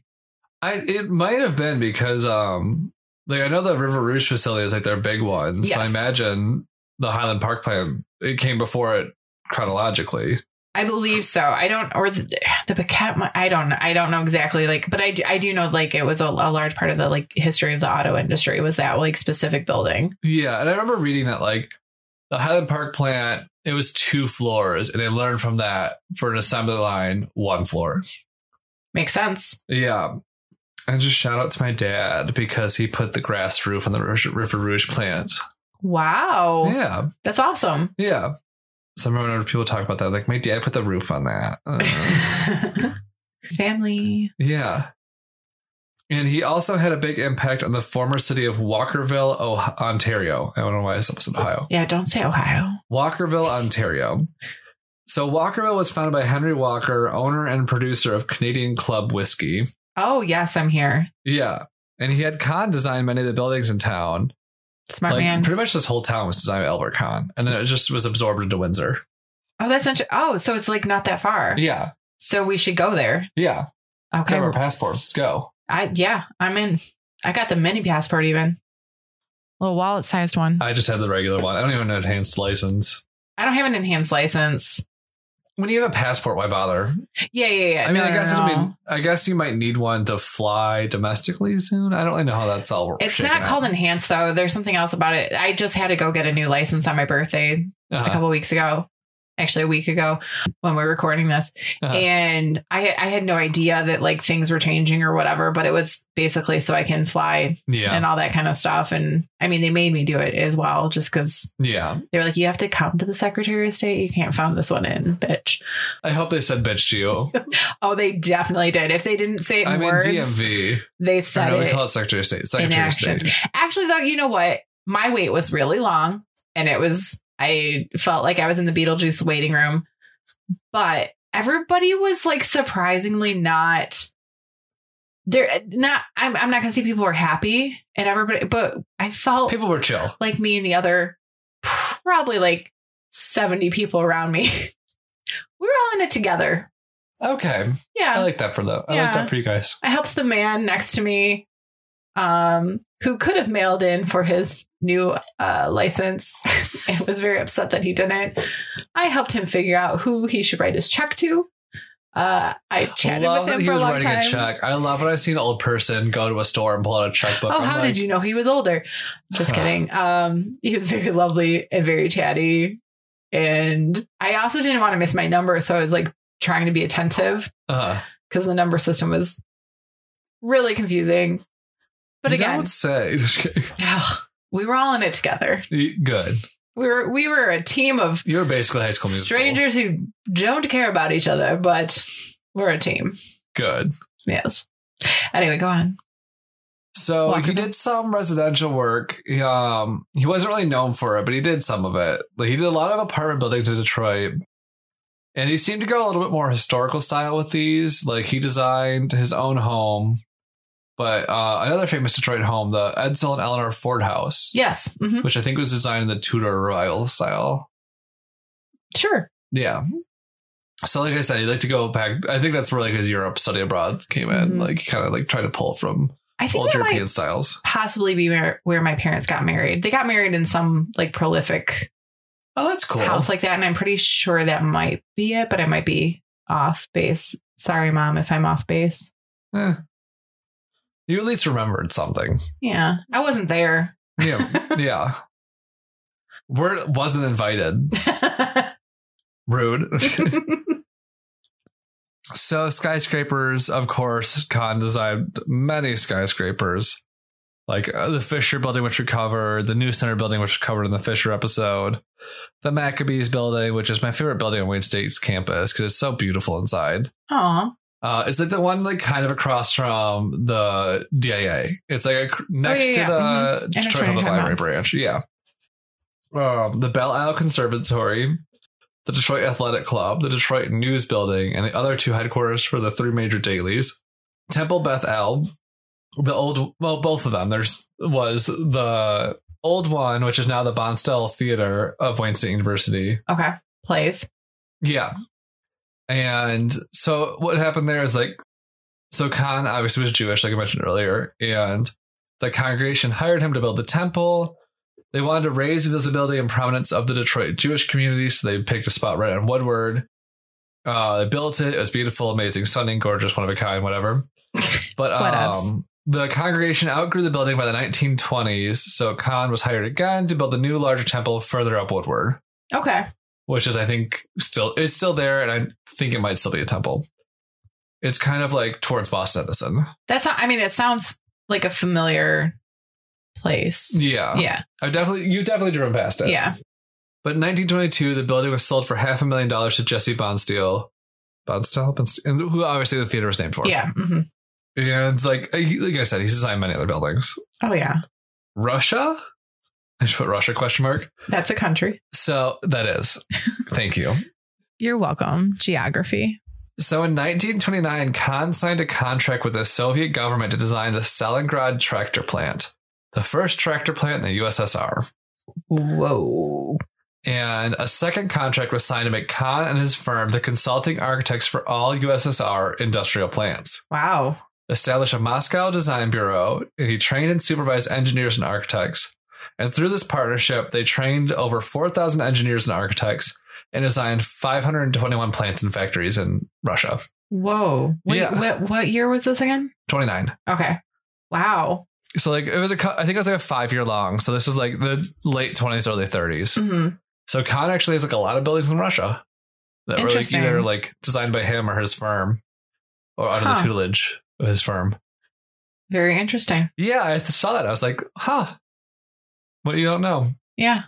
[SPEAKER 1] I it might have been because um like I know the River Rouge facility is like their big one. So I
[SPEAKER 2] Yes.
[SPEAKER 1] imagine the Highland Park plant it came before it chronologically.
[SPEAKER 2] I believe so. I don't, or the, the Paquette. mi- I don't. I don't know exactly. Like, but I, do- I do know like it was a, a large part of the like history of the auto industry was that like specific building.
[SPEAKER 1] Yeah, and I remember reading that like the Highland Park plant, it was two floors, and they learned from that for an assembly line, one floor.
[SPEAKER 2] Makes sense.
[SPEAKER 1] Yeah. And just shout out to my dad because he put the grass roof on the Rouge- River Rouge plant.
[SPEAKER 2] Wow.
[SPEAKER 1] Yeah,
[SPEAKER 2] That's awesome.
[SPEAKER 1] yeah. So I remember whenever people talk about that, like my dad put the roof on that. Uh,
[SPEAKER 2] Family.
[SPEAKER 1] Yeah. And he also had a big impact on the former city of Walkerville, Ohio- Ontario. I don't know why I said Ohio.
[SPEAKER 2] Yeah, don't say Ohio.
[SPEAKER 1] Walkerville, Ontario. So Walkerville was founded by Henry Walker, owner and producer of Canadian Club Whiskey.
[SPEAKER 2] Oh, yes, I'm here.
[SPEAKER 1] Yeah. And he had Kahn design many of the buildings in town.
[SPEAKER 2] Smart
[SPEAKER 1] like
[SPEAKER 2] man.
[SPEAKER 1] pretty much this whole town was designed by Albert Kahn. And then it just was absorbed into Windsor.
[SPEAKER 2] Oh, that's interesting. Oh, so it's like not that far.
[SPEAKER 1] Yeah.
[SPEAKER 2] So we should go there.
[SPEAKER 1] Yeah.
[SPEAKER 2] Okay.
[SPEAKER 1] Grab our passports. Let's go.
[SPEAKER 2] I yeah, I'm in. I got the mini passport even. Little wallet sized one.
[SPEAKER 1] I just had the regular one. I don't even know enhanced license.
[SPEAKER 2] I don't have an enhanced license.
[SPEAKER 1] When you have a passport, why bother?
[SPEAKER 2] Yeah, yeah, yeah.
[SPEAKER 1] I mean,
[SPEAKER 2] No,
[SPEAKER 1] I
[SPEAKER 2] no,
[SPEAKER 1] guess
[SPEAKER 2] no,
[SPEAKER 1] it'll
[SPEAKER 2] no.
[SPEAKER 1] be, I guess you might need one to fly domestically soon. I don't really know how that's all.
[SPEAKER 2] it's
[SPEAKER 1] shaken
[SPEAKER 2] not
[SPEAKER 1] out.
[SPEAKER 2] called enhanced though. There's something else about it. I just had to go get a new license on my birthday
[SPEAKER 1] Uh-huh.
[SPEAKER 2] a couple weeks ago, actually a week ago when we we're recording this,
[SPEAKER 1] Uh-huh.
[SPEAKER 2] and I I had no idea that like things were changing or whatever, but it was basically so I can fly
[SPEAKER 1] yeah,
[SPEAKER 2] and all that kind of stuff. And I mean, they made me do it as well, just because
[SPEAKER 1] yeah.
[SPEAKER 2] they were like, you have to come to the Secretary of State. You can't phone this one in, bitch.
[SPEAKER 1] I hope they said bitch to you.
[SPEAKER 2] Oh, they definitely did. If they didn't say it in
[SPEAKER 1] I mean
[SPEAKER 2] words,
[SPEAKER 1] DMV.
[SPEAKER 2] they
[SPEAKER 1] Or
[SPEAKER 2] said
[SPEAKER 1] no, we
[SPEAKER 2] it.
[SPEAKER 1] call it Secretary of State. Secretary of
[SPEAKER 2] actions.
[SPEAKER 1] State.
[SPEAKER 2] Actually, though, you know what? My wait was really long, and it was I felt like I was in the Beetlejuice waiting room, but everybody was like surprisingly not. They're not. I'm. I'm not gonna say people were happy, and everybody. But I felt
[SPEAKER 1] People were chill.
[SPEAKER 2] like me and the other, probably like seventy people around me. we were all in it together.
[SPEAKER 1] Okay,
[SPEAKER 2] Yeah,
[SPEAKER 1] I like that for them. I like
[SPEAKER 2] Um, Yeah.
[SPEAKER 1] that for you guys.
[SPEAKER 2] I helped the man next to me, um, who could have mailed in for his new uh, license and was very upset that he didn't. I helped him figure out who he should write his check to. Uh, I chatted
[SPEAKER 1] love
[SPEAKER 2] with
[SPEAKER 1] that
[SPEAKER 2] him
[SPEAKER 1] he
[SPEAKER 2] for a
[SPEAKER 1] was
[SPEAKER 2] long
[SPEAKER 1] writing
[SPEAKER 2] time.
[SPEAKER 1] a check. I love when I see an old person go to a store and pull out a checkbook.
[SPEAKER 2] Oh,
[SPEAKER 1] I'm
[SPEAKER 2] how
[SPEAKER 1] like,
[SPEAKER 2] did you know he was older? Just kidding. Um, he was very lovely and very chatty. And I also didn't want to miss my number, so I was like trying to be attentive
[SPEAKER 1] Uh,
[SPEAKER 2] because the number system was really confusing. But
[SPEAKER 1] that
[SPEAKER 2] again,
[SPEAKER 1] would say just kidding.
[SPEAKER 2] Ugh, we were all in it together.
[SPEAKER 1] good.
[SPEAKER 2] We were we were a team of
[SPEAKER 1] You're basically high school musical.
[SPEAKER 2] strangers who don't care about each other, but we're a team.
[SPEAKER 1] Good.
[SPEAKER 2] Yes. Anyway, go on.
[SPEAKER 1] So he
[SPEAKER 2] Walkerville.
[SPEAKER 1] did some residential work. He, Um, he wasn't really known for it, but he did some of it. Like he did a lot of apartment buildings in Detroit, and he seemed to go a little bit more historical style with these. Like he designed his own home, but uh, another famous Detroit home, the Edsel and Eleanor Ford House,
[SPEAKER 2] Yes. mhm,
[SPEAKER 1] which I think was designed in the Tudor Revival style.
[SPEAKER 2] Sure.
[SPEAKER 1] Yeah. So, like I said, he liked to go back. I think that's really because Europe study abroad came in,
[SPEAKER 2] Mhm.
[SPEAKER 1] like kind of like try to pull from
[SPEAKER 2] I think
[SPEAKER 1] old
[SPEAKER 2] that
[SPEAKER 1] European
[SPEAKER 2] might
[SPEAKER 1] styles.
[SPEAKER 2] possibly be where, where my parents got married. They got married in some like prolific
[SPEAKER 1] Oh, that's cool.
[SPEAKER 2] house like that. And I'm pretty sure that might be it, but I might be off base. Sorry, mom, if I'm off base.
[SPEAKER 1] Eh. You at least remembered something.
[SPEAKER 2] Yeah, I wasn't there.
[SPEAKER 1] Yeah, yeah. Word wasn't invited. Rude. so skyscrapers, of course, Khan designed many skyscrapers, like uh, the Fisher Building, which we covered, the New Center Building, which we covered in the Fisher episode, the Maccabees Building, which is my favorite building on Wayne State's campus because it's so beautiful inside.
[SPEAKER 2] Oh,
[SPEAKER 1] Uh, it's like the one like kind of across from the DIA. It's like ac- next
[SPEAKER 2] Oh, yeah, yeah.
[SPEAKER 1] to the
[SPEAKER 2] Mhm. I know which
[SPEAKER 1] Detroit
[SPEAKER 2] one you're
[SPEAKER 1] Public
[SPEAKER 2] talking
[SPEAKER 1] Library
[SPEAKER 2] about.
[SPEAKER 1] branch. Yeah. Um, the Belle Isle Conservatory, the Detroit Athletic Club, the Detroit News Building, and the other two headquarters for the three major dailies. Temple Beth El, the old well, both of them. There's was the old one, which is now the Bonstell Theater of Wayne State University.
[SPEAKER 2] okay. Plays.
[SPEAKER 1] Yeah. And so what happened there is like, so Khan obviously was Jewish, like I mentioned earlier, and the congregation hired him to build the temple. They wanted to raise the visibility and prominence of the Detroit Jewish community, so they picked a spot right on Woodward. Uh, they built it. It was beautiful, amazing, stunning, gorgeous, one of a kind, whatever. But
[SPEAKER 2] What else?
[SPEAKER 1] um, the congregation outgrew the building by the 1920s, so Khan was hired again to build the new, larger temple further up Woodward
[SPEAKER 2] Okay.
[SPEAKER 1] which is I think still it's still there, and I think it might still be a temple. It's kind of like towards Boston Edison.
[SPEAKER 2] That's not, I mean, it sounds like a familiar place.
[SPEAKER 1] Yeah,
[SPEAKER 2] Yeah.
[SPEAKER 1] I definitely you definitely driven past
[SPEAKER 2] Yeah.
[SPEAKER 1] it. But in 1922, the building was sold for half a million dollars to Jesse Bonsteel, Bonsteel, Bonsteel and who obviously the theater was named for.
[SPEAKER 2] Yeah. mhm.
[SPEAKER 1] and it's like like I said, he's designed many other buildings.
[SPEAKER 2] Oh, yeah.
[SPEAKER 1] Russia, I should put Russia question mark.
[SPEAKER 2] That's a country.
[SPEAKER 1] So that is, thank you.
[SPEAKER 2] You're welcome. Geography.
[SPEAKER 1] So in 1929, Khan signed a contract with the Soviet government to design the Stalingrad tractor plant, the first tractor plant in the USSR.
[SPEAKER 2] Whoa.
[SPEAKER 1] And a second contract was signed to make Khan and his firm the consulting architects for all USSR industrial plants.
[SPEAKER 2] Wow.
[SPEAKER 1] Established a Moscow design bureau, and he trained and supervised engineers and architects. And through this partnership, they trained over 4,000 engineers and architects and designed 521 plants and factories in Russia.
[SPEAKER 2] Whoa. Wait,
[SPEAKER 1] Yeah.
[SPEAKER 2] what, what year was this again?
[SPEAKER 1] 29.
[SPEAKER 2] Okay. Wow.
[SPEAKER 1] so like it was a co- I think it was like a five year long. So this was like the late twenties, early 30s
[SPEAKER 2] hmm
[SPEAKER 1] So Khan actually has like a lot of buildings in Russia that were like
[SPEAKER 2] Interesting.
[SPEAKER 1] either like designed by him or his firm, or under the
[SPEAKER 2] Huh.
[SPEAKER 1] tutelage of his firm.
[SPEAKER 2] Very interesting.
[SPEAKER 1] Yeah, I saw that. I was like, huh. What you don't know.
[SPEAKER 2] Yeah.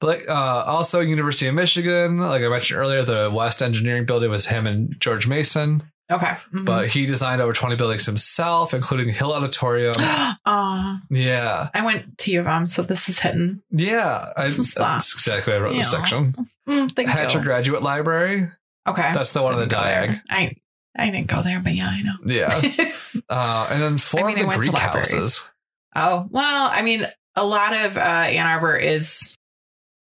[SPEAKER 1] But like, uh, also University of Michigan, like I mentioned earlier, the West Engineering Building was him and George Mason.
[SPEAKER 2] Okay. Mhm.
[SPEAKER 1] But he designed over twenty buildings himself, including Hill Auditorium.
[SPEAKER 2] Aw,
[SPEAKER 1] yeah,
[SPEAKER 2] Mm-hmm. Um, I went to U of M, so this is hitting.
[SPEAKER 1] Yeah, I,
[SPEAKER 2] Some
[SPEAKER 1] that's
[SPEAKER 2] spots.
[SPEAKER 1] exactly. what I wrote
[SPEAKER 2] Yeah.
[SPEAKER 1] this section.
[SPEAKER 2] Mm, thank
[SPEAKER 1] Hatcher
[SPEAKER 2] you.
[SPEAKER 1] Graduate Library.
[SPEAKER 2] okay.
[SPEAKER 1] That's the one on the
[SPEAKER 2] Didn't go
[SPEAKER 1] diag.
[SPEAKER 2] there. I I didn't go there, but yeah, I know.
[SPEAKER 1] Yeah, uh, and then four
[SPEAKER 2] I
[SPEAKER 1] of
[SPEAKER 2] mean, I
[SPEAKER 1] the
[SPEAKER 2] went to
[SPEAKER 1] Greek
[SPEAKER 2] libraries.
[SPEAKER 1] houses.
[SPEAKER 2] oh well, I mean, a lot of uh, Ann Arbor is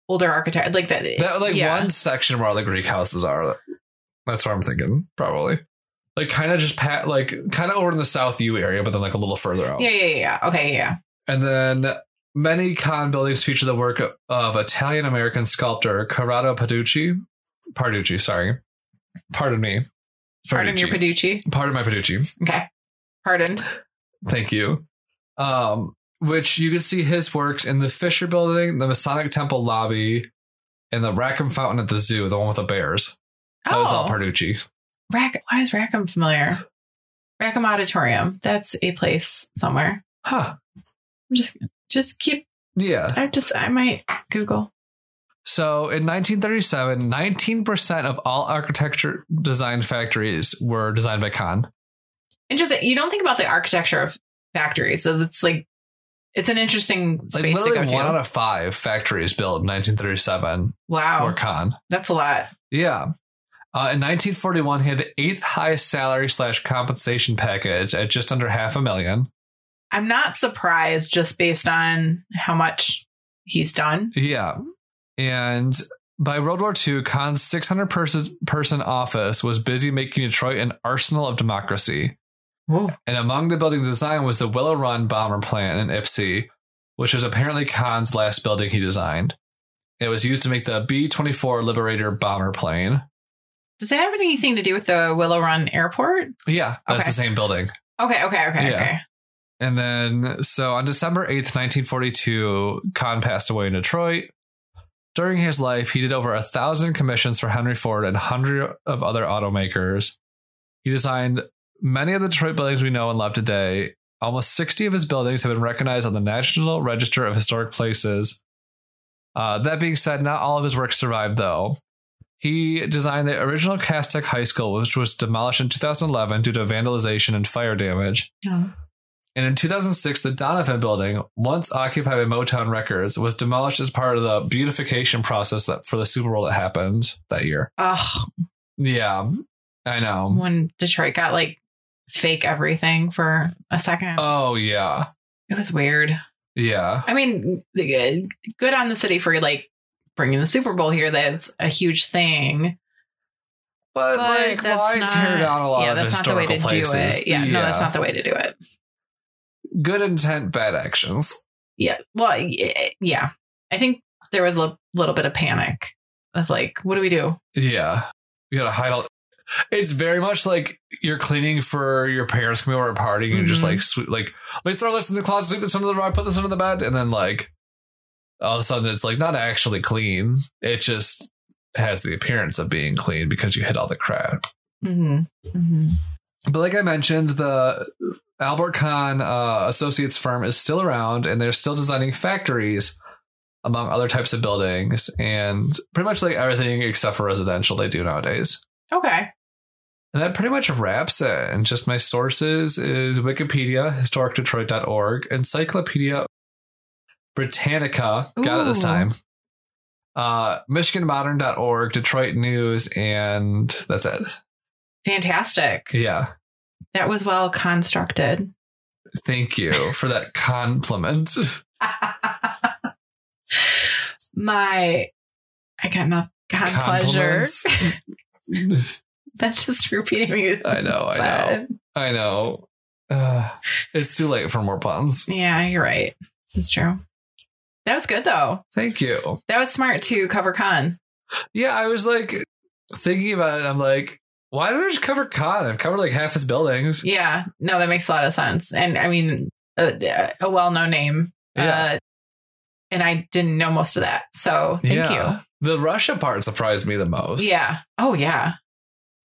[SPEAKER 2] older architect like that.
[SPEAKER 1] That like
[SPEAKER 2] yeah.
[SPEAKER 1] one section where all the Greek houses are. That's what I'm thinking, probably. Like kind of just pat, like kind of over in the South U area, but then like a little further out.
[SPEAKER 2] Yeah, yeah, yeah. yeah. Okay, yeah.
[SPEAKER 1] And then many con buildings feature the work of Italian American sculptor Corrado Paducci. Parducci, sorry. Pardon me.
[SPEAKER 2] Pardon your
[SPEAKER 1] Parducci.
[SPEAKER 2] Paducci.
[SPEAKER 1] Pardon my Paducci.
[SPEAKER 2] Okay. Pardoned.
[SPEAKER 1] Thank you. Um, which you can see his works in the Fisher Building, the Masonic Temple lobby, and the Rackham Fountain at the zoo, the one with the bears. That was all
[SPEAKER 2] Oh,
[SPEAKER 1] Parducci.
[SPEAKER 2] Rack. Why is Rackham familiar? Rackham Auditorium. That's a place somewhere.
[SPEAKER 1] Huh.
[SPEAKER 2] I'm just just keep.
[SPEAKER 1] Yeah.
[SPEAKER 2] I just I might Google.
[SPEAKER 1] So in 1937, 19% of all architecture design factories were designed by Khan.
[SPEAKER 2] interesting. You don't think about the architecture of factories, so it's like it's an interesting
[SPEAKER 1] Like
[SPEAKER 2] space to go
[SPEAKER 1] literally one out
[SPEAKER 2] to.
[SPEAKER 1] of five factories built in 1937 were
[SPEAKER 2] Wow,
[SPEAKER 1] Khan.
[SPEAKER 2] that's a lot.
[SPEAKER 1] Yeah. Uh, in 1941, he had the eighth highest salary slash compensation package at just under half a million.
[SPEAKER 2] I'm not surprised just based on how much he's done.
[SPEAKER 1] Yeah. And by World War II, Khan's 600 pers- person office was busy making Detroit an arsenal of democracy.
[SPEAKER 2] Whoa.
[SPEAKER 1] And among the buildings designed was the Willow Run bomber plant in Ipsy, which was apparently Khan's last building he designed. It was used to make the B 24 Liberator bomber plane.
[SPEAKER 2] Does that have anything to do with the Willow Run Airport?
[SPEAKER 1] Yeah, that's
[SPEAKER 2] Okay.
[SPEAKER 1] the same building.
[SPEAKER 2] Okay, okay, okay,
[SPEAKER 1] Yeah.
[SPEAKER 2] okay.
[SPEAKER 1] And then, so on December 8th, 1942, Kahn passed away in Detroit. During his life, he did over a thousand commissions for Henry Ford and a hundred of other automakers. He designed many of the Detroit buildings we know and love today. Almost 60 of his buildings have been recognized on the National Register of Historic Places. Uh, that being said, not all of his work survived, though. He designed the original Castec High School, which was demolished in 2011 due to vandalization and fire damage.
[SPEAKER 2] Oh.
[SPEAKER 1] And in 2006, the Donovan building, once occupied by Motown Records, was demolished as part of the beautification process that for the Super Bowl that happened that year.
[SPEAKER 2] Ugh,
[SPEAKER 1] Yeah, I know.
[SPEAKER 2] when Detroit got like fake everything for a second,
[SPEAKER 1] Oh, yeah.
[SPEAKER 2] it was weird.
[SPEAKER 1] Yeah.
[SPEAKER 2] I mean, the- uh, good on the city for like bringing the Super Bowl here. That's a huge thing.
[SPEAKER 1] But,
[SPEAKER 2] But
[SPEAKER 1] like,
[SPEAKER 2] that's
[SPEAKER 1] why
[SPEAKER 2] not,
[SPEAKER 1] tear down a lot
[SPEAKER 2] yeah,
[SPEAKER 1] of
[SPEAKER 2] that's not the way
[SPEAKER 1] historical
[SPEAKER 2] to
[SPEAKER 1] places?
[SPEAKER 2] do it. Yeah, no, that's not the way to do it.
[SPEAKER 1] Good intent, bad actions.
[SPEAKER 2] Yeah, well, y- yeah, I think there was a little bit of panic of like, what do we do?
[SPEAKER 1] Yeah. You gotta hide all. It's very much like you're cleaning for your parents coming over a party and you're just
[SPEAKER 2] Mhm.
[SPEAKER 1] like, sweep, like, like throw this in the closet, sweep this under the rug, put this under the bed, and then like, all of a sudden it's like not actually clean. It just has the appearance of being clean because you hit all the crap.
[SPEAKER 2] Mm-hmm. Mm-hmm.
[SPEAKER 1] But like I mentioned, the Albert Kahn uh, Associates firm is still around and they're still designing factories among other types of buildings and pretty much like everything except for residential they do nowadays.
[SPEAKER 2] Okay.
[SPEAKER 1] And that pretty much wraps it. And just my sources is Wikipedia, historicdetroit.org, Encyclopedia Britannica. Got it this
[SPEAKER 2] Ooh.
[SPEAKER 1] time. Uh, MichiganModern.org, Detroit News, and that's it.
[SPEAKER 2] Fantastic.
[SPEAKER 1] Yeah.
[SPEAKER 2] That was well constructed.
[SPEAKER 1] Thank you for that compliment.
[SPEAKER 2] My, I got enough. God pleasure.
[SPEAKER 1] Compliments.
[SPEAKER 2] That's just repeating me.
[SPEAKER 1] I know, I know, I know. Uh, it's too late for more puns.
[SPEAKER 2] Yeah, you're right. That's true. That was good though.
[SPEAKER 1] Thank you.
[SPEAKER 2] That was smart to cover con.
[SPEAKER 1] Yeah, I was like thinking about it. I'm like, why don't I just cover Khan? I've covered like half his buildings.
[SPEAKER 2] Yeah, no, that makes a lot of sense. And I mean, a, a well-known name.
[SPEAKER 1] Yeah.
[SPEAKER 2] Uh, and I didn't know most of that, so thank
[SPEAKER 1] Yeah. The Russia part surprised me the most.
[SPEAKER 2] you. Yeah. Oh yeah.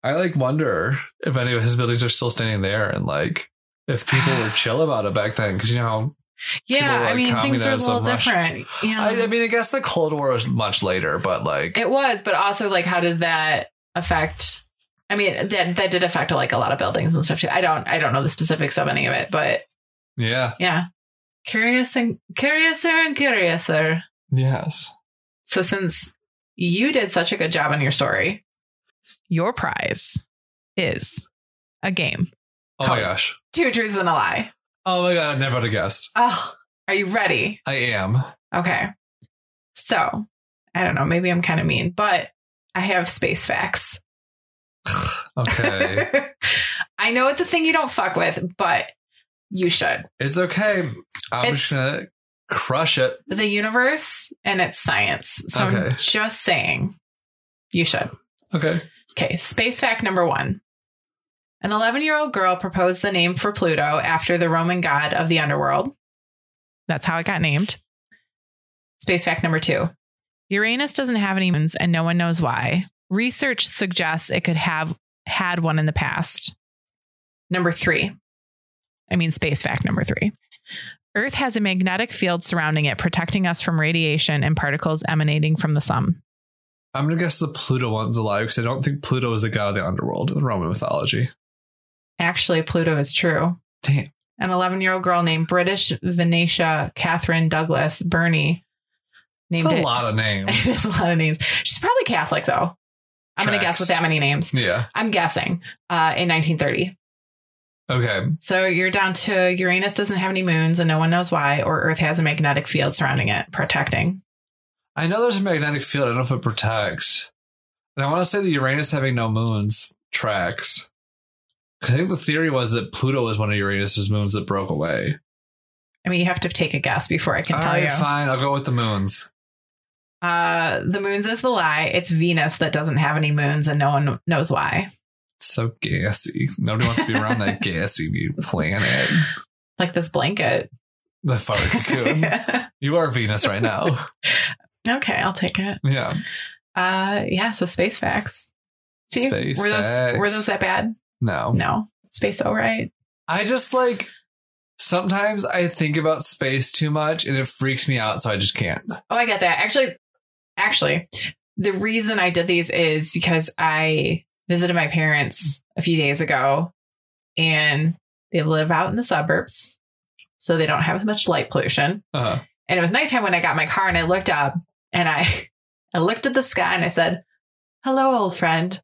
[SPEAKER 1] I like wonder if any of his buildings are still standing there and like if people were chill about it back then. Cause you know, how-
[SPEAKER 2] Yeah.
[SPEAKER 1] People
[SPEAKER 2] I
[SPEAKER 1] like
[SPEAKER 2] mean, things are a
[SPEAKER 1] communists so
[SPEAKER 2] little
[SPEAKER 1] much.
[SPEAKER 2] different. Yeah.
[SPEAKER 1] I, I mean, I guess the Cold War was much later, but like,
[SPEAKER 2] It was, but also like, how does that affect? I mean, that that did affect like a lot of buildings and stuff too. I don't, I don't know the specifics of any of it, but
[SPEAKER 1] yeah.
[SPEAKER 2] yeah, curious and curiouser and curiouser.
[SPEAKER 1] Yes.
[SPEAKER 2] So since you did such a good job on your story, your prize is a game,
[SPEAKER 1] Oh my
[SPEAKER 2] Colin.
[SPEAKER 1] gosh.
[SPEAKER 2] two truths and a lie.
[SPEAKER 1] Oh my God. I never would have guessed.
[SPEAKER 2] Oh, are you ready?
[SPEAKER 1] I am.
[SPEAKER 2] Okay, so I don't know. Maybe I'm kind of mean, but I have space facts.
[SPEAKER 1] Okay.
[SPEAKER 2] I know it's a thing you don't fuck with, but you should.
[SPEAKER 1] it's okay. I'm
[SPEAKER 2] It's-
[SPEAKER 1] just going to crush it.
[SPEAKER 2] The universe and its science. So I'm
[SPEAKER 1] Okay.
[SPEAKER 2] just saying you should.
[SPEAKER 1] Okay.
[SPEAKER 2] Okay, space fact number one. An 11 year old girl proposed the name for Pluto after the Roman god of the underworld. That's how it got named. Space fact number two Uranus doesn't have any moons and no one knows why. Research suggests it could have had one in the past. Number three. I mean, space fact number three. Earth has a magnetic field surrounding it, protecting us from radiation and particles emanating from the sun.
[SPEAKER 1] I'm gonna guess the Pluto one's a lie because I don't think Pluto is the god of the underworld in Roman mythology.
[SPEAKER 2] Actually, Pluto is true.
[SPEAKER 1] Damn.
[SPEAKER 2] An 11 year old girl named British Venetia Catherine Douglas Burney named
[SPEAKER 1] It's a
[SPEAKER 2] it.
[SPEAKER 1] lot of names.
[SPEAKER 2] It's a lot of names. She's probably Catholic, though. I'm going to guess
[SPEAKER 1] Tracks.
[SPEAKER 2] with that many names.
[SPEAKER 1] yeah.
[SPEAKER 2] I'm guessing uh, in 1930.
[SPEAKER 1] Okay.
[SPEAKER 2] So you're down to Uranus doesn't have any moons and no one knows why, or Earth has a magnetic field surrounding it, protecting.
[SPEAKER 1] I know there's a magnetic field. I don't know if it protects. And I want to say that Uranus having no moons tracks. 'Cause I think the theory was that Pluto was one of Uranus's moons that broke away.
[SPEAKER 2] I mean, you have to take a guess before I can
[SPEAKER 1] All
[SPEAKER 2] tell
[SPEAKER 1] right,
[SPEAKER 2] you.
[SPEAKER 1] fine. I'll go with the moons.
[SPEAKER 2] Uh, the moons is the lie. It's Venus that doesn't have any moons, and no one knows why.
[SPEAKER 1] so gassy. Nobody wants to be around that gassy planet.
[SPEAKER 2] Like this blanket.
[SPEAKER 1] The far cocoon. you are Venus right now.
[SPEAKER 2] okay, I'll take it.
[SPEAKER 1] Yeah.
[SPEAKER 2] Uh, yeah. So space facts. See,
[SPEAKER 1] Space
[SPEAKER 2] were those
[SPEAKER 1] facts. Oh.
[SPEAKER 2] were those that bad?
[SPEAKER 1] No.
[SPEAKER 2] No, space all right.
[SPEAKER 1] I just like sometimes I think about space too much and it freaks me out, so I just can't.
[SPEAKER 2] Oh, I get that. Actually, actually, the reason I did these is because I visited my parents a few days ago and they live out in the suburbs. So they don't have as much light pollution.
[SPEAKER 1] Uh-huh.
[SPEAKER 2] And it was nighttime when I got in my car and I looked up and I I looked at the sky and I said, "Hello, old friend."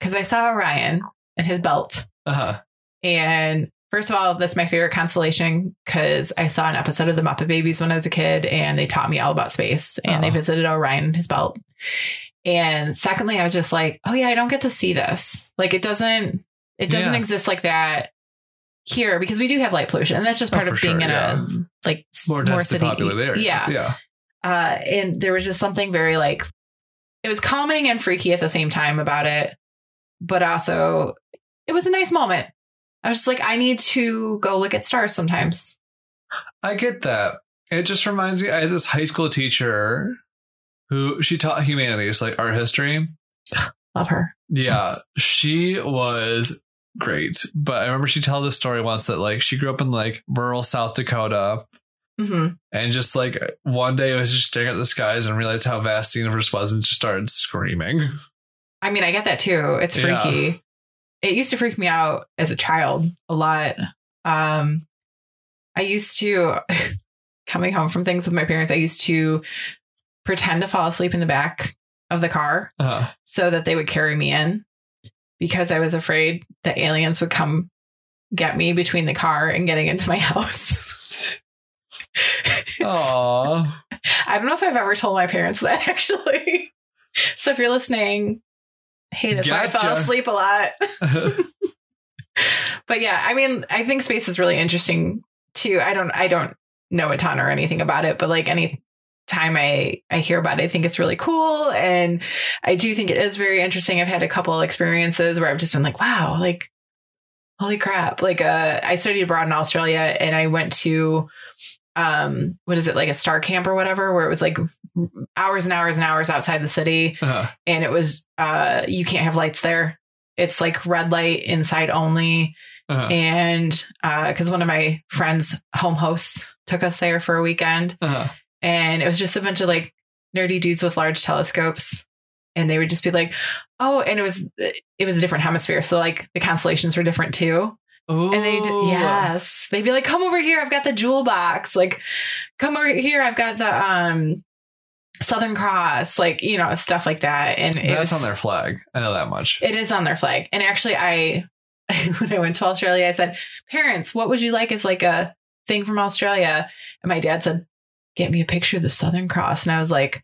[SPEAKER 2] Cuz I saw Orion and his belt.
[SPEAKER 1] Uh-huh.
[SPEAKER 2] And first of all, that's my favorite constellation because I saw an episode of the Muppet Babies when I was a kid and they taught me all about space and they
[SPEAKER 1] Oh.
[SPEAKER 2] visited Orion and his belt. And secondly, I was just like, oh yeah, I don't get to see this. Like it doesn't it doesn't
[SPEAKER 1] Yeah.
[SPEAKER 2] exist like that here because we do have light pollution and that's just
[SPEAKER 1] Oh,
[SPEAKER 2] part of
[SPEAKER 1] for
[SPEAKER 2] being
[SPEAKER 1] sure,
[SPEAKER 2] in
[SPEAKER 1] yeah.
[SPEAKER 2] a like s-
[SPEAKER 1] More
[SPEAKER 2] more,
[SPEAKER 1] densely
[SPEAKER 2] city.
[SPEAKER 1] populated area.
[SPEAKER 2] Yeah.
[SPEAKER 1] Yeah.
[SPEAKER 2] Uh, and there was just something very like it was calming and freaky at the same time about it, but also it was a nice moment. I was just like, I need to go look at stars sometimes.
[SPEAKER 1] I get that. It just reminds me I had this high school teacher who she taught humanities, like art history.
[SPEAKER 2] Love her.
[SPEAKER 1] Yeah, she was great. But I remember she told this story once that like she grew up in like rural South Dakota
[SPEAKER 2] hmm
[SPEAKER 1] and just like one day I was just staring at the skies and realized how vast the universe was and just started screaming.
[SPEAKER 2] I mean, I get that too. It's
[SPEAKER 1] Yeah.
[SPEAKER 2] freaky. It used to freak me out as a child a lot. Um, I used to coming home from things with my parents. I used to pretend to fall asleep in the back of the car
[SPEAKER 1] Uh,
[SPEAKER 2] so that they would carry me in because I was afraid that aliens would come get me between the car and getting into my house.
[SPEAKER 1] aw.
[SPEAKER 2] I don't know if I've ever told my parents that actually. so if you're listening, hey, that's why I fell
[SPEAKER 1] Gotcha.
[SPEAKER 2] asleep a lot. But yeah, I mean, I think space is really interesting too. I don't I don't know a ton or anything about it, but like any time I I hear about it, I think it's really cool and I do think it is very interesting. I've had a couple experiences where I've just been like, wow, like holy crap. Like uh I studied abroad in Australia and I went to um what is it like a star camp or whatever where it was like hours and hours and hours outside the city
[SPEAKER 1] Uh,
[SPEAKER 2] and it was uh you can't have lights there it's like red light inside only
[SPEAKER 1] uh,
[SPEAKER 2] and uh because one of my friends home hosts took us there for a weekend
[SPEAKER 1] uh.
[SPEAKER 2] and it was just a bunch of like nerdy dudes with large telescopes and they would just be like oh and it was it was a different hemisphere so like the constellations were different too and they
[SPEAKER 1] Ooh.
[SPEAKER 2] yes they'd be like come over here i've got the jewel box like come over here i've got the um southern cross like you know stuff like that and it
[SPEAKER 1] That's
[SPEAKER 2] was-
[SPEAKER 1] on their flag. I know that much.
[SPEAKER 2] it is on their flag. And actually, I when I went to Australia, I said, "Parents, what would you like as like a thing from Australia?" And my dad said, "Get me a picture of the Southern Cross." And I was like,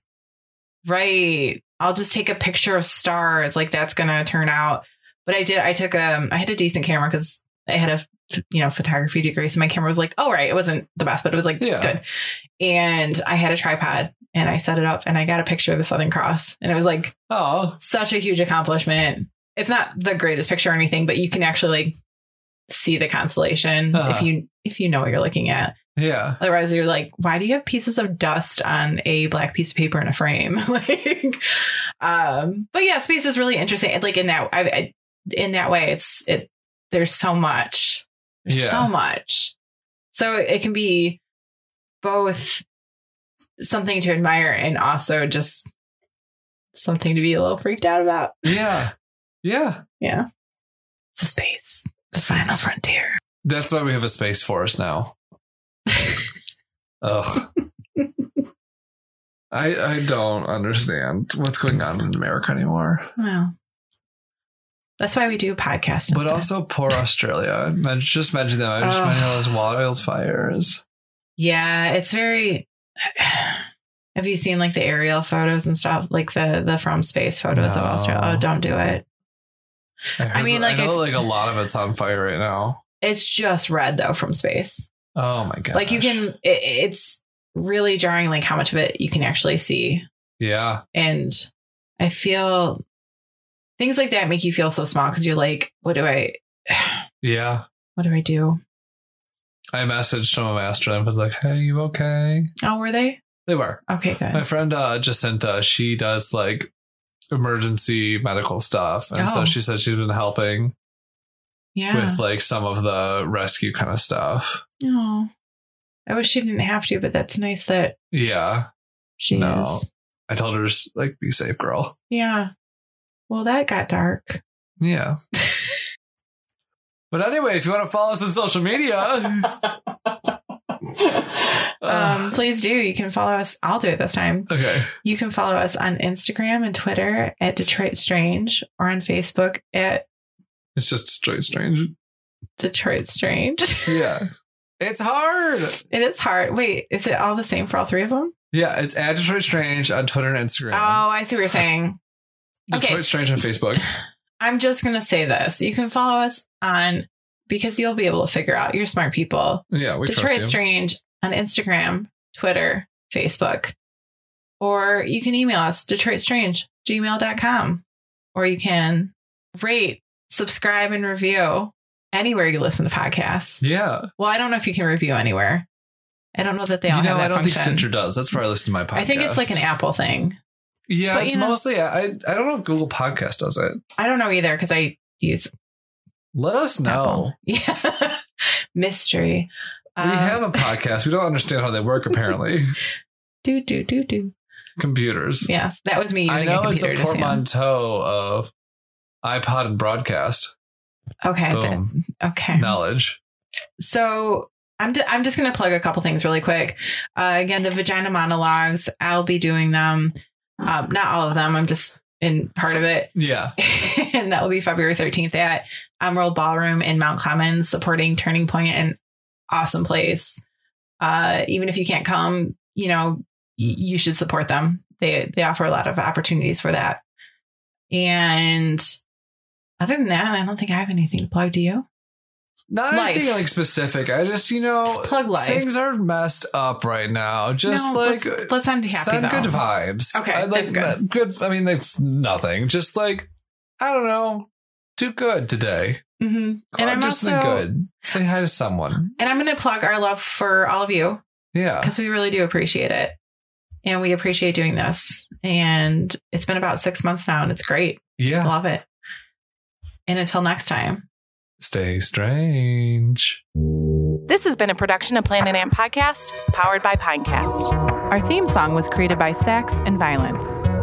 [SPEAKER 2] "Right, I'll just take a picture of stars. Like that's gonna turn out." But I did. I took um. I had a decent camera because I had a you know photography degree, so my camera was like, "Oh right, it wasn't the best, but it was like
[SPEAKER 1] Yeah.
[SPEAKER 2] good." And I had a tripod. And I set it up and I got a picture of the Southern Cross. And it was like
[SPEAKER 1] Oh,
[SPEAKER 2] such a huge accomplishment. It's not the greatest picture or anything, but you can actually like, see the constellation
[SPEAKER 1] Uh-huh.
[SPEAKER 2] if you if you know what you're looking at.
[SPEAKER 1] yeah.
[SPEAKER 2] Otherwise, you're like, why do you have pieces of dust on a black piece of paper in a frame? like, um, but yeah, space is really interesting. Like in that, I, I in that way, it's it. There's so much. There's
[SPEAKER 1] Yeah.
[SPEAKER 2] so much. So it can be both something to admire and also just something to be a little freaked out about.
[SPEAKER 1] Yeah. Yeah.
[SPEAKER 2] Yeah. So space, the final
[SPEAKER 1] Space.
[SPEAKER 2] frontier.
[SPEAKER 1] That's why we have a space force now. Ugh. I I don't understand what's going on in America anymore.
[SPEAKER 2] Wow. That's why we do podcasts.
[SPEAKER 1] But
[SPEAKER 2] instead.
[SPEAKER 1] also poor Australia. I just mentioned them. I just
[SPEAKER 2] Ugh.
[SPEAKER 1] mentioned all those wildfires.
[SPEAKER 2] yeah, it's very. Have you seen like the aerial photos and stuff, like the the from space photos of
[SPEAKER 1] No.
[SPEAKER 2] Australia? Oh, don't do it.
[SPEAKER 1] heard
[SPEAKER 2] mean,
[SPEAKER 1] that-
[SPEAKER 2] like,
[SPEAKER 1] I know,
[SPEAKER 2] if-
[SPEAKER 1] like a lot of it's on fire right now.
[SPEAKER 2] It's just red though from space.
[SPEAKER 1] Oh my god!
[SPEAKER 2] Like you can, it, it's really jarring, like how much of it you can actually see.
[SPEAKER 1] Yeah.
[SPEAKER 2] And I feel things like that make you feel so small because you're like, what do I,
[SPEAKER 1] Yeah.
[SPEAKER 2] what do I do?
[SPEAKER 1] I messaged some of my astronaut. I was like, hey, you okay?
[SPEAKER 2] Oh, were they?
[SPEAKER 1] They were.
[SPEAKER 2] Okay, good.
[SPEAKER 1] My friend uh, Jacinta, she does like emergency medical stuff. And
[SPEAKER 2] Oh.
[SPEAKER 1] so she said she's been helping
[SPEAKER 2] yeah.
[SPEAKER 1] with like some of the rescue kind of stuff.
[SPEAKER 2] Oh, I wish she didn't have to, but that's nice that
[SPEAKER 1] Yeah.
[SPEAKER 2] she
[SPEAKER 1] No.
[SPEAKER 2] is.
[SPEAKER 1] I told her, just, like, be safe, girl.
[SPEAKER 2] Yeah. Well, that got dark.
[SPEAKER 1] Yeah. But anyway, if you want to follow us on social media, Uh,
[SPEAKER 2] um, please do. You can follow us. I'll do it this time.
[SPEAKER 1] okay.
[SPEAKER 2] You can follow us on Instagram and Twitter at Detroit Strange or on Facebook at
[SPEAKER 1] It's just straight strange.
[SPEAKER 2] Detroit Strange.
[SPEAKER 1] Yeah. It's hard.
[SPEAKER 2] it is hard. Wait, is it all the same for all three of them?
[SPEAKER 1] Yeah, it's at Detroit Strange on Twitter and Instagram.
[SPEAKER 2] Oh, I see what you're saying. Oh, okay.
[SPEAKER 1] Detroit Strange on Facebook.
[SPEAKER 2] I'm just going to say this. You can follow us on because you'll be able to figure out you're smart people.
[SPEAKER 1] Yeah, we trust
[SPEAKER 2] Detroit
[SPEAKER 1] you.
[SPEAKER 2] Strange on Instagram, Twitter, Facebook. Or you can email us, DetroitStrange, gmail.com. Or you can rate, subscribe, and review anywhere you listen to podcasts.
[SPEAKER 1] Yeah.
[SPEAKER 2] Well, I don't know if you can review anywhere. I don't know that they all
[SPEAKER 1] you know,
[SPEAKER 2] have that
[SPEAKER 1] I don't
[SPEAKER 2] function.
[SPEAKER 1] think Stitcher does. That's where I listen to my podcast.
[SPEAKER 2] I think it's like an Apple thing.
[SPEAKER 1] Yeah,
[SPEAKER 2] but,
[SPEAKER 1] it's
[SPEAKER 2] you know-
[SPEAKER 1] mostly I I don't know if Google Podcast does it.
[SPEAKER 2] I don't know either because I use
[SPEAKER 1] Let us know.
[SPEAKER 2] Apple. Uh, Yeah. Mystery. Um,
[SPEAKER 1] we have a podcast. We don't understand how they work apparently.
[SPEAKER 2] do do do do.
[SPEAKER 1] Computers.
[SPEAKER 2] Yeah, that was me
[SPEAKER 1] I
[SPEAKER 2] using a
[SPEAKER 1] know it's
[SPEAKER 2] computer
[SPEAKER 1] a
[SPEAKER 2] just now.
[SPEAKER 1] portmanteau of iPod and broadcast
[SPEAKER 2] Okay,
[SPEAKER 1] Boom.
[SPEAKER 2] that- okay.
[SPEAKER 1] knowledge.
[SPEAKER 2] so I'm, ju- I'm just going to plug a couple things really quick. Uh, again, the vagina monologues, I'll be doing them. Um, not all of them. I'm just in part of it.
[SPEAKER 1] Yeah.
[SPEAKER 2] and that will be February 13th at Emerald Ballroom in Mount Clemens, supporting Turning Point, an awesome place. Uh, even if you can't come, you know, y- you should support them. They they offer a lot of opportunities for that. And other than that, I don't think I have anything to plug to you.
[SPEAKER 1] Not
[SPEAKER 2] Life.
[SPEAKER 1] anything like specific. I just, you know,
[SPEAKER 2] Just plug life.
[SPEAKER 1] things are messed up right now. Just
[SPEAKER 2] No,
[SPEAKER 1] like
[SPEAKER 2] let's, let's end happy
[SPEAKER 1] send
[SPEAKER 2] though.
[SPEAKER 1] good vibes.
[SPEAKER 2] Okay,
[SPEAKER 1] I like
[SPEAKER 2] that's good.
[SPEAKER 1] that- good. I mean, that's nothing. Just like I don't know, do good today.
[SPEAKER 2] hmm
[SPEAKER 1] Go
[SPEAKER 2] And
[SPEAKER 1] out
[SPEAKER 2] I'm
[SPEAKER 1] and do something
[SPEAKER 2] also-
[SPEAKER 1] good. Say hi to someone.
[SPEAKER 2] And I'm going to plug our love for all of you
[SPEAKER 1] Yeah,
[SPEAKER 2] because we really do appreciate it, and we appreciate doing this. And it's been about six months now, and it's great.
[SPEAKER 1] yeah.
[SPEAKER 2] Love it. And until next time.
[SPEAKER 1] Stay strange.
[SPEAKER 3] This has been a production of Planet Amp Podcast, powered by Pinecast.
[SPEAKER 4] Our theme song was created by Sax and Violence.